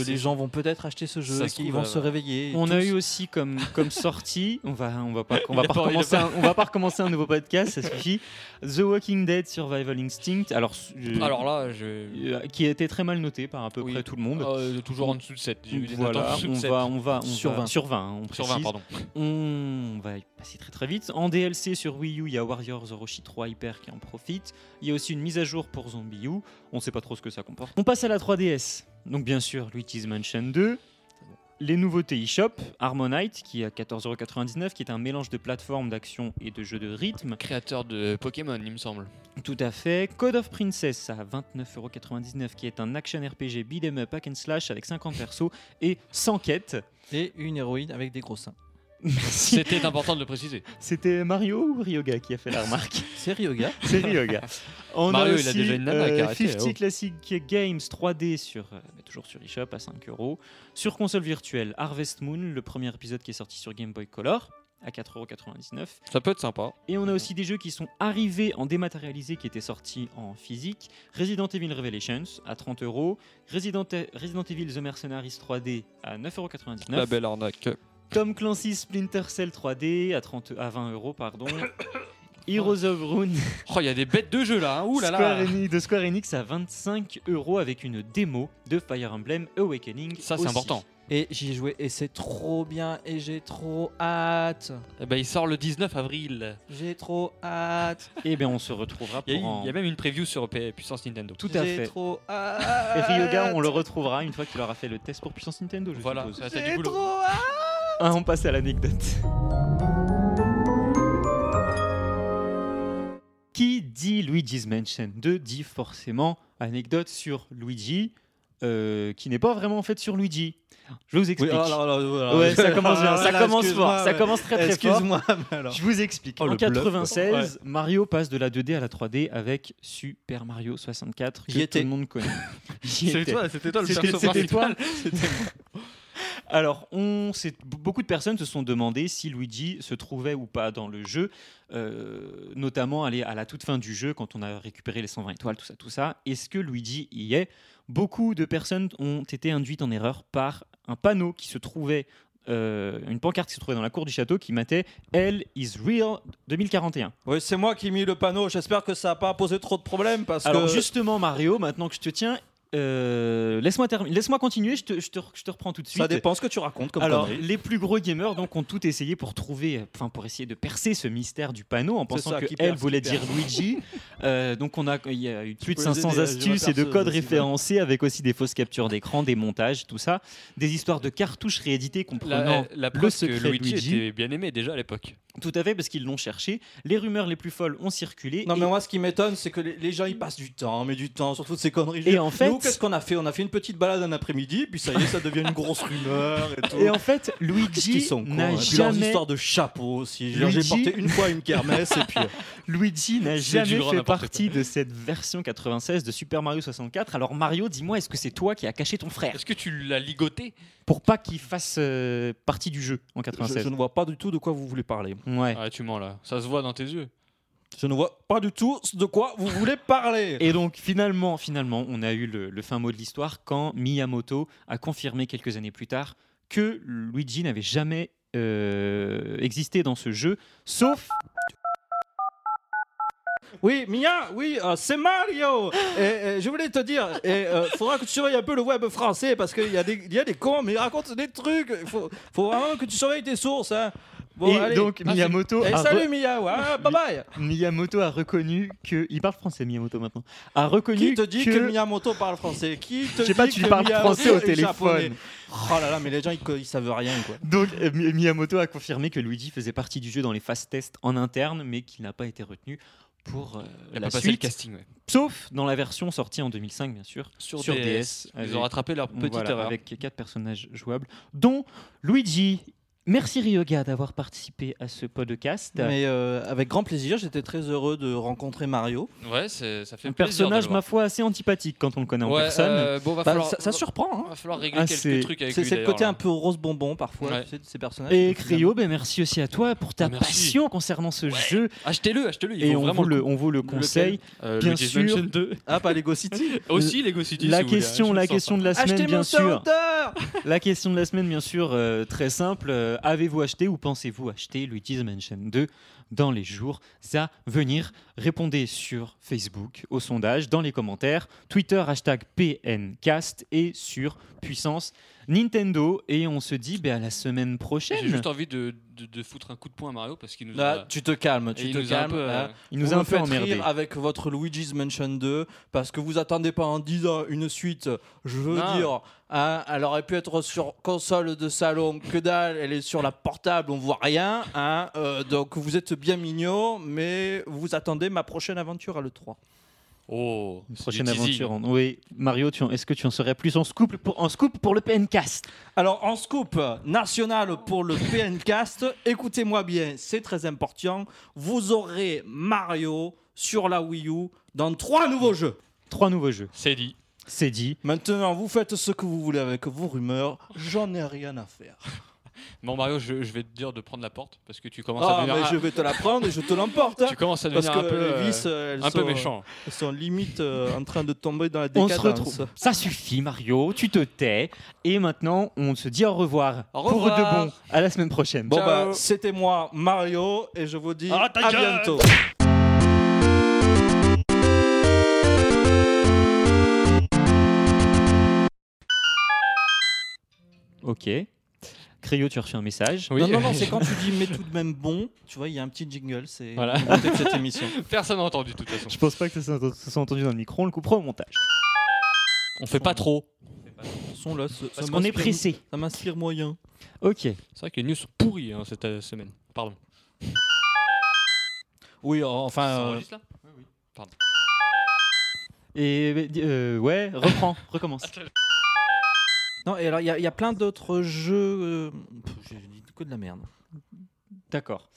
Speaker 3: Qui
Speaker 4: les
Speaker 3: sait
Speaker 4: gens vont peut-être acheter ce jeu,
Speaker 3: Ça
Speaker 4: et
Speaker 3: se
Speaker 4: qu'ils
Speaker 3: trouve,
Speaker 4: vont
Speaker 3: euh,
Speaker 4: se réveiller. et
Speaker 2: On a
Speaker 4: tous-
Speaker 2: eu aussi comme, comme sortie, on va, on va pas, on
Speaker 3: Il
Speaker 2: va
Speaker 3: a
Speaker 2: pas
Speaker 3: pas- il a
Speaker 2: recommencer,
Speaker 3: pas-
Speaker 2: un- on va pas recommencer un nouveau podcast, ça suffit. The Walking Dead Survival Instinct, alors, je-
Speaker 3: Alors là, je
Speaker 2: euh, qui a été très mal noté par à peu
Speaker 3: Oui.
Speaker 2: près tout le monde.
Speaker 3: Euh, toujours en dessous de 7. J'ai vu des notes en
Speaker 2: bah, voilà,
Speaker 3: dessous
Speaker 2: on
Speaker 3: de 7.
Speaker 2: va, on va, on
Speaker 4: Sur
Speaker 2: va-
Speaker 4: 20.
Speaker 2: sur 20, hein, on
Speaker 3: Sur 20,
Speaker 2: précise.
Speaker 3: pardon.
Speaker 2: On va y passer très très vite. En DLC sur Wii U, il y a Warriors Orochi 3 Hyper qui en profite. Il y a aussi une mise à jour pour Zombie U. On ne sait pas trop ce que ça comporte. On passe à la 3DS. Donc bien sûr, Luigi's Mansion 2. Les nouveautés eShop, Harmonite qui est à 14,99€, qui est un mélange de plateforme, d'action et de jeu de rythme.
Speaker 3: Créateur de Pokémon, il me semble.
Speaker 2: Tout à fait. Code of Princess à 29,99€, qui est un action RPG beat'em up hack and slash avec 50 persos et 100 quêtes.
Speaker 4: Et une héroïne avec des gros seins.
Speaker 2: Merci.
Speaker 3: C'était important de le préciser.
Speaker 2: C'était Mario ou Ryoga qui a fait la remarque
Speaker 4: C'est Ryoga.
Speaker 2: C'est Ryoga. On
Speaker 3: Mario,
Speaker 2: a aussi,
Speaker 3: il a déjà une nana qui a arrêté,
Speaker 2: 50
Speaker 3: oh.
Speaker 2: Classic Games 3D sur, euh, mais toujours sur eShop à 5 euros. Sur console virtuelle, Harvest Moon, le premier épisode qui est sorti sur Game Boy Color à 4,99€.
Speaker 3: Ça peut être sympa.
Speaker 2: Et on a aussi des jeux qui sont arrivés en dématérialisé qui étaient sortis en physique. Resident Evil Revelations à 30 euros. Resident, E, Resident Evil The Mercenaries 3D à 9,99€.
Speaker 3: La belle arnaque.
Speaker 2: Tom Clancy Splinter Cell 3D à, 30, à 20 euros, pardon. Heroes of Rune
Speaker 3: Oh, il y a des bêtes de jeu là. hein. Ouh là
Speaker 2: Square
Speaker 3: là.
Speaker 2: Enix- de Square Enix à 25 euros avec une démo de Fire Emblem Awakening.
Speaker 3: Ça, c'est
Speaker 2: aussi.
Speaker 3: important.
Speaker 4: Et j'y ai joué et c'est trop bien et j'ai trop hâte.
Speaker 3: Eh ben, il sort le 19 avril.
Speaker 4: J'ai trop hâte.
Speaker 2: Et Eh bien, on se retrouvera
Speaker 3: Il
Speaker 2: pour
Speaker 3: y, a eu-
Speaker 2: en-
Speaker 3: il y a même une preview sur P- Puissance Nintendo.
Speaker 2: Tout à
Speaker 4: J'ai
Speaker 2: fait.
Speaker 4: trop
Speaker 2: Et
Speaker 4: hâte.
Speaker 2: Ryoga, on le retrouvera une fois qu'il aura fait le test pour Puissance Nintendo, je
Speaker 3: voilà,
Speaker 2: suppose.
Speaker 3: ça, t'as du
Speaker 4: J'ai
Speaker 3: boulot.
Speaker 4: trop hâte.
Speaker 2: Ah, on passe à l'anecdote. Qui dit Luigi's Mansion 2 dit forcément anecdote sur Luigi, euh, qui n'est pas vraiment en fait sur Luigi. Je vous
Speaker 3: oh
Speaker 2: explique. Ouais, ça commence bien, oh ça commence fort, ça commence très très fort.
Speaker 4: Excuse-moi, mais alors.
Speaker 2: Je vous explique.
Speaker 4: Oh,
Speaker 2: en
Speaker 4: le bluff, quoi.
Speaker 2: 96, Mario passe de la 2D à la 3D avec Super Mario 64 que
Speaker 4: J'y étais.
Speaker 2: tout le monde connaît. J'y étais.
Speaker 3: c'était toi
Speaker 2: C'était- C'était toi. Alors, on s'est- beaucoup de personnes se sont demandé si Luigi se trouvait ou pas dans le jeu, euh, notamment à la- à la toute fin du jeu, quand on a récupéré les 120 étoiles, tout ça, tout ça. Est-ce que Luigi y est Beaucoup de personnes ont été induites en erreur par un panneau qui se trouvait, euh, une pancarte qui se trouvait dans la cour du château qui matait « Elle is real 2041
Speaker 4: Ouais, c'est moi qui ai mis le panneau. J'espère que ça n'a pas posé trop de problèmes parce ».
Speaker 2: Alors
Speaker 4: que.
Speaker 2: justement, Mario, maintenant que je te tiens, euh, laisse-moi terminer- laisse-moi continuer, je te, je te- je te reprends tout de suite.
Speaker 4: Ça dépend ce que tu racontes comme
Speaker 2: Alors,
Speaker 4: connerie.
Speaker 2: les plus gros gamers donc ont tout essayé pour trouver, enfin pour essayer de percer ce mystère du panneau en pensant
Speaker 4: ça,
Speaker 2: que
Speaker 4: qui
Speaker 2: elle
Speaker 4: perce,
Speaker 2: voulait
Speaker 4: qui
Speaker 2: dire Luigi. Euh, donc on a, il y a eu plus de
Speaker 4: peux les
Speaker 2: 500
Speaker 4: aider à
Speaker 2: astuces
Speaker 4: jouer à
Speaker 2: et de
Speaker 4: perceuse
Speaker 2: codes
Speaker 4: aussi,
Speaker 2: référencés avec aussi des fausses captures d'écran, des montages, tout ça, des histoires de cartouches rééditées
Speaker 3: La,
Speaker 2: comprenant.
Speaker 3: la preuve que
Speaker 2: secret de
Speaker 3: Luigi,
Speaker 2: Luigi.
Speaker 3: était bien aimé déjà à l'époque.
Speaker 2: Tout à fait parce qu'ils l'ont cherché. Les rumeurs les plus folles ont circulé.
Speaker 4: Non,
Speaker 2: et-
Speaker 4: mais moi, ce qui m'étonne, c'est que les, les gens, ils passent du temps, mais du temps sur toutes ces conneries.
Speaker 2: Et en fait-
Speaker 4: Nous, qu'est-ce qu'on a fait On a fait une petite balade un après-midi, puis ça y est, ça devient une grosse rumeur et tout.
Speaker 2: et en fait,
Speaker 4: Qu'est-ce qu'ils
Speaker 2: Luigi
Speaker 4: sont cons, hein.
Speaker 2: n'a
Speaker 4: Et puis leurs
Speaker 2: jamais,
Speaker 4: histoires de chapeau aussi. Genre,
Speaker 2: Luigi-
Speaker 4: J'ai porté une fois une kermesse et puis. euh,
Speaker 2: Luigi n'a
Speaker 3: C'est du
Speaker 2: jamais
Speaker 3: grand
Speaker 2: fait
Speaker 3: n'importe
Speaker 2: partie de cette version 96 de Super Mario 64. Alors Mario, dis-moi, est-ce que c'est toi qui as caché ton frère
Speaker 3: Est-ce que tu l'as ligoté
Speaker 2: pour pas qu'il fasse euh, partie du jeu en
Speaker 4: Je,
Speaker 2: 96.
Speaker 4: je ne vois pas du tout de quoi vous voulez parler.
Speaker 2: Ouais.
Speaker 3: Ah, tu mens là. Ça se voit dans tes yeux.
Speaker 4: Je ne vois pas du tout de quoi vous voulez parler.
Speaker 2: Et donc finalement, finalement, on a eu le, le fin mot de l'histoire quand Miyamoto a confirmé quelques années plus tard que Luigi n'avait jamais euh, existé dans ce jeu, sauf
Speaker 4: Ah, Oui, Mia, oui, euh, c'est Mario. Et, euh, je voulais te dire, il faudra que tu surveilles un peu le web français parce qu'il y, a des- il y a des cons, mais ils racontent des trucs. Il faut, faut vraiment que tu surveilles tes sources. hein. Bon,
Speaker 2: et
Speaker 4: allez.
Speaker 2: donc
Speaker 3: Ah,
Speaker 2: Miyamoto,
Speaker 4: Eh,
Speaker 2: a
Speaker 4: salut Mia, ouais, ouais, bye bye.
Speaker 2: re- Miyamoto a reconnu que il parle français Miyamoto maintenant, a reconnu
Speaker 4: Qui te dit que, Miyamoto parle français Qui te
Speaker 2: Je sais pas,
Speaker 4: dit
Speaker 2: tu
Speaker 4: que
Speaker 2: parles
Speaker 4: Miyamoto
Speaker 2: français au
Speaker 4: est japonais
Speaker 2: téléphone.
Speaker 4: Oh là là, mais les gens ils, co- ils savent rien quoi.
Speaker 2: Donc euh, Mi- Miyamoto a confirmé que Luigi faisait partie du jeu dans les fast tests en interne, mais qu'il n'a pas été retenu pour euh,
Speaker 3: Il
Speaker 2: la
Speaker 3: a pas passé le
Speaker 2: suite.
Speaker 3: casting. ouais.
Speaker 2: sauf dans la version sortie en 2005 bien sûr
Speaker 3: Sur,
Speaker 2: Sur
Speaker 3: DS.
Speaker 2: DS,
Speaker 3: Ils ont
Speaker 2: avec-
Speaker 3: rattrapé leur petite
Speaker 2: Voilà,
Speaker 3: erreur.
Speaker 2: avec quatre personnages jouables dont Luigi Merci Ryoga d'avoir participé à ce podcast.
Speaker 4: Mais euh, avec grand plaisir, j'étais très heureux de rencontrer Mario.
Speaker 3: Ouais, c'est- ça fait
Speaker 2: un
Speaker 3: plaisir de le
Speaker 2: personnage, ma
Speaker 3: voir.
Speaker 2: foi, assez antipathique quand on le connaît en
Speaker 3: Ouais,
Speaker 2: personne.
Speaker 3: euh, bon, va
Speaker 4: Bah,
Speaker 3: falloir-
Speaker 4: ça, ça surprend. hein.
Speaker 3: va falloir régler
Speaker 2: Ah, c'est-
Speaker 3: quelques trucs avec
Speaker 4: C'est
Speaker 3: lui,
Speaker 4: c'est le côté
Speaker 3: d'ailleurs,
Speaker 4: un peu rose bonbon parfois,
Speaker 3: Ouais.
Speaker 4: tu sais, de ces personnages.
Speaker 2: Et Cryo, ben merci aussi à toi pour ta
Speaker 3: Ah, merci.
Speaker 2: passion concernant ce
Speaker 3: Ouais.
Speaker 2: jeu.
Speaker 3: là. Achetez-le, achetez-le. il
Speaker 2: et
Speaker 3: vaut
Speaker 2: on
Speaker 3: vraiment
Speaker 2: vous, le, on vous le
Speaker 3: Lequel
Speaker 2: conseille.
Speaker 3: Euh,
Speaker 2: bien
Speaker 3: Luigi's
Speaker 2: sûr.
Speaker 3: Mansion 2.
Speaker 4: Ah, pas Lego City.
Speaker 3: Aussi Lego City.
Speaker 2: La
Speaker 3: si vous voulez,
Speaker 2: question,
Speaker 3: hein, je
Speaker 2: la
Speaker 3: me sens
Speaker 2: question de la semaine,
Speaker 4: Achetez
Speaker 2: bien
Speaker 4: Monster
Speaker 2: sûr.
Speaker 4: Hunter
Speaker 2: La question de la semaine, bien sûr, euh, très simple. Euh, Avez-vous acheté ou pensez-vous acheter Luigi's Mansion 2 dans les jours à venir Répondez sur Facebook au sondage, dans les commentaires, Twitter hashtag PNcast et sur Puissance Nintendo. Et on se dit ben, à la semaine
Speaker 3: pas. J'ai
Speaker 2: prochaine.
Speaker 3: juste envie de, de- de foutre un coup de poing à Mario parce qu'il nous
Speaker 4: Là,
Speaker 3: a.
Speaker 4: tu te calmes, tu
Speaker 3: Bah, il
Speaker 4: te
Speaker 3: nous a un
Speaker 4: calmes.
Speaker 3: peu, euh,
Speaker 4: hein.
Speaker 2: Il nous
Speaker 4: Vous
Speaker 2: a
Speaker 4: me
Speaker 2: un peu
Speaker 4: faites
Speaker 2: emmerdés.
Speaker 4: rire avec votre Luigi's Mansion 2 parce que vous attendez pas en 10 ans une suite. Je veux
Speaker 3: Non.
Speaker 4: dire, hein, elle aurait pu être sur console de salon, que dalle, elle est sur la portable, on voit rien. hein, euh, donc vous êtes bien mignon, mais vous attendez ma prochaine aventure à l'E3.
Speaker 3: Oh,
Speaker 2: Une
Speaker 3: c'est
Speaker 2: prochaine
Speaker 3: du teasing.
Speaker 2: aventure. en- Oui, Mario, tu en- est-ce que tu en serais plus en scoop pour, en scoop pour le PNcast
Speaker 4: Alors, en scoop national pour le PNcast, écoutez-moi bien, c'est très important. Vous aurez Mario sur la Wii U dans trois nouveaux jeux.
Speaker 2: Trois nouveaux jeux,
Speaker 3: C'est dit.
Speaker 2: c'est dit.
Speaker 4: Maintenant, vous faites ce que vous voulez avec vos rumeurs, j'en ai rien à faire.
Speaker 3: Bon, Mario, je, je vais te dire de prendre la porte parce que tu commences
Speaker 4: Ah,
Speaker 3: à
Speaker 4: mais
Speaker 3: devenir, un-
Speaker 4: je vais te la prendre et je te l'emporte. hein,
Speaker 3: tu commences à
Speaker 4: parce
Speaker 3: devenir
Speaker 4: que
Speaker 3: un peu, euh,
Speaker 4: les vis, euh, elles
Speaker 3: un peu
Speaker 4: sont,
Speaker 3: méchant.
Speaker 4: elles sont limite euh, en train de tomber dans la
Speaker 2: On
Speaker 4: décadence.
Speaker 2: se retrouve. Ça suffit, Mario, tu te tais. Et maintenant, on se dit au revoir.
Speaker 3: Au
Speaker 2: Pour
Speaker 3: revoir.
Speaker 2: de bon. À la semaine prochaine.
Speaker 4: Bon,
Speaker 3: Ciao.
Speaker 4: bah, c'était moi, Mario, et je vous dis
Speaker 1: Ah, ta
Speaker 4: à
Speaker 1: gueule.
Speaker 4: bientôt.
Speaker 2: Ok. Cryo, tu as reçu un message.
Speaker 3: Oui.
Speaker 4: Non, non, non, c'est quand tu dis mais tout de même bon, tu vois, il y a un petit jingle, c'est
Speaker 3: Voilà.
Speaker 4: la beauté de cette émission.
Speaker 3: Personne n'a entendu de toute façon.
Speaker 2: Je pense pas que ça soit- ça soit entendu dans le micro, on le coupera au montage.
Speaker 3: On fait pas trop.
Speaker 4: Son là, ce-
Speaker 2: Parce
Speaker 4: ça
Speaker 2: qu'on est
Speaker 4: m'inspire-
Speaker 2: pressé.
Speaker 4: Ça m'inspire moyen.
Speaker 2: Ok.
Speaker 3: C'est vrai que les news sont pourries hein, cette euh, semaine. Pardon.
Speaker 4: Oui, euh,
Speaker 2: Ah,
Speaker 3: Ça
Speaker 4: enfin, euh,
Speaker 3: s'enregistre, là
Speaker 2: Et euh, ouais, reprends, recommence.
Speaker 4: non, et alors il y, a- il y a plein d'autres jeux. euh, pff, J'ai dit que de la merde.
Speaker 2: D'accord.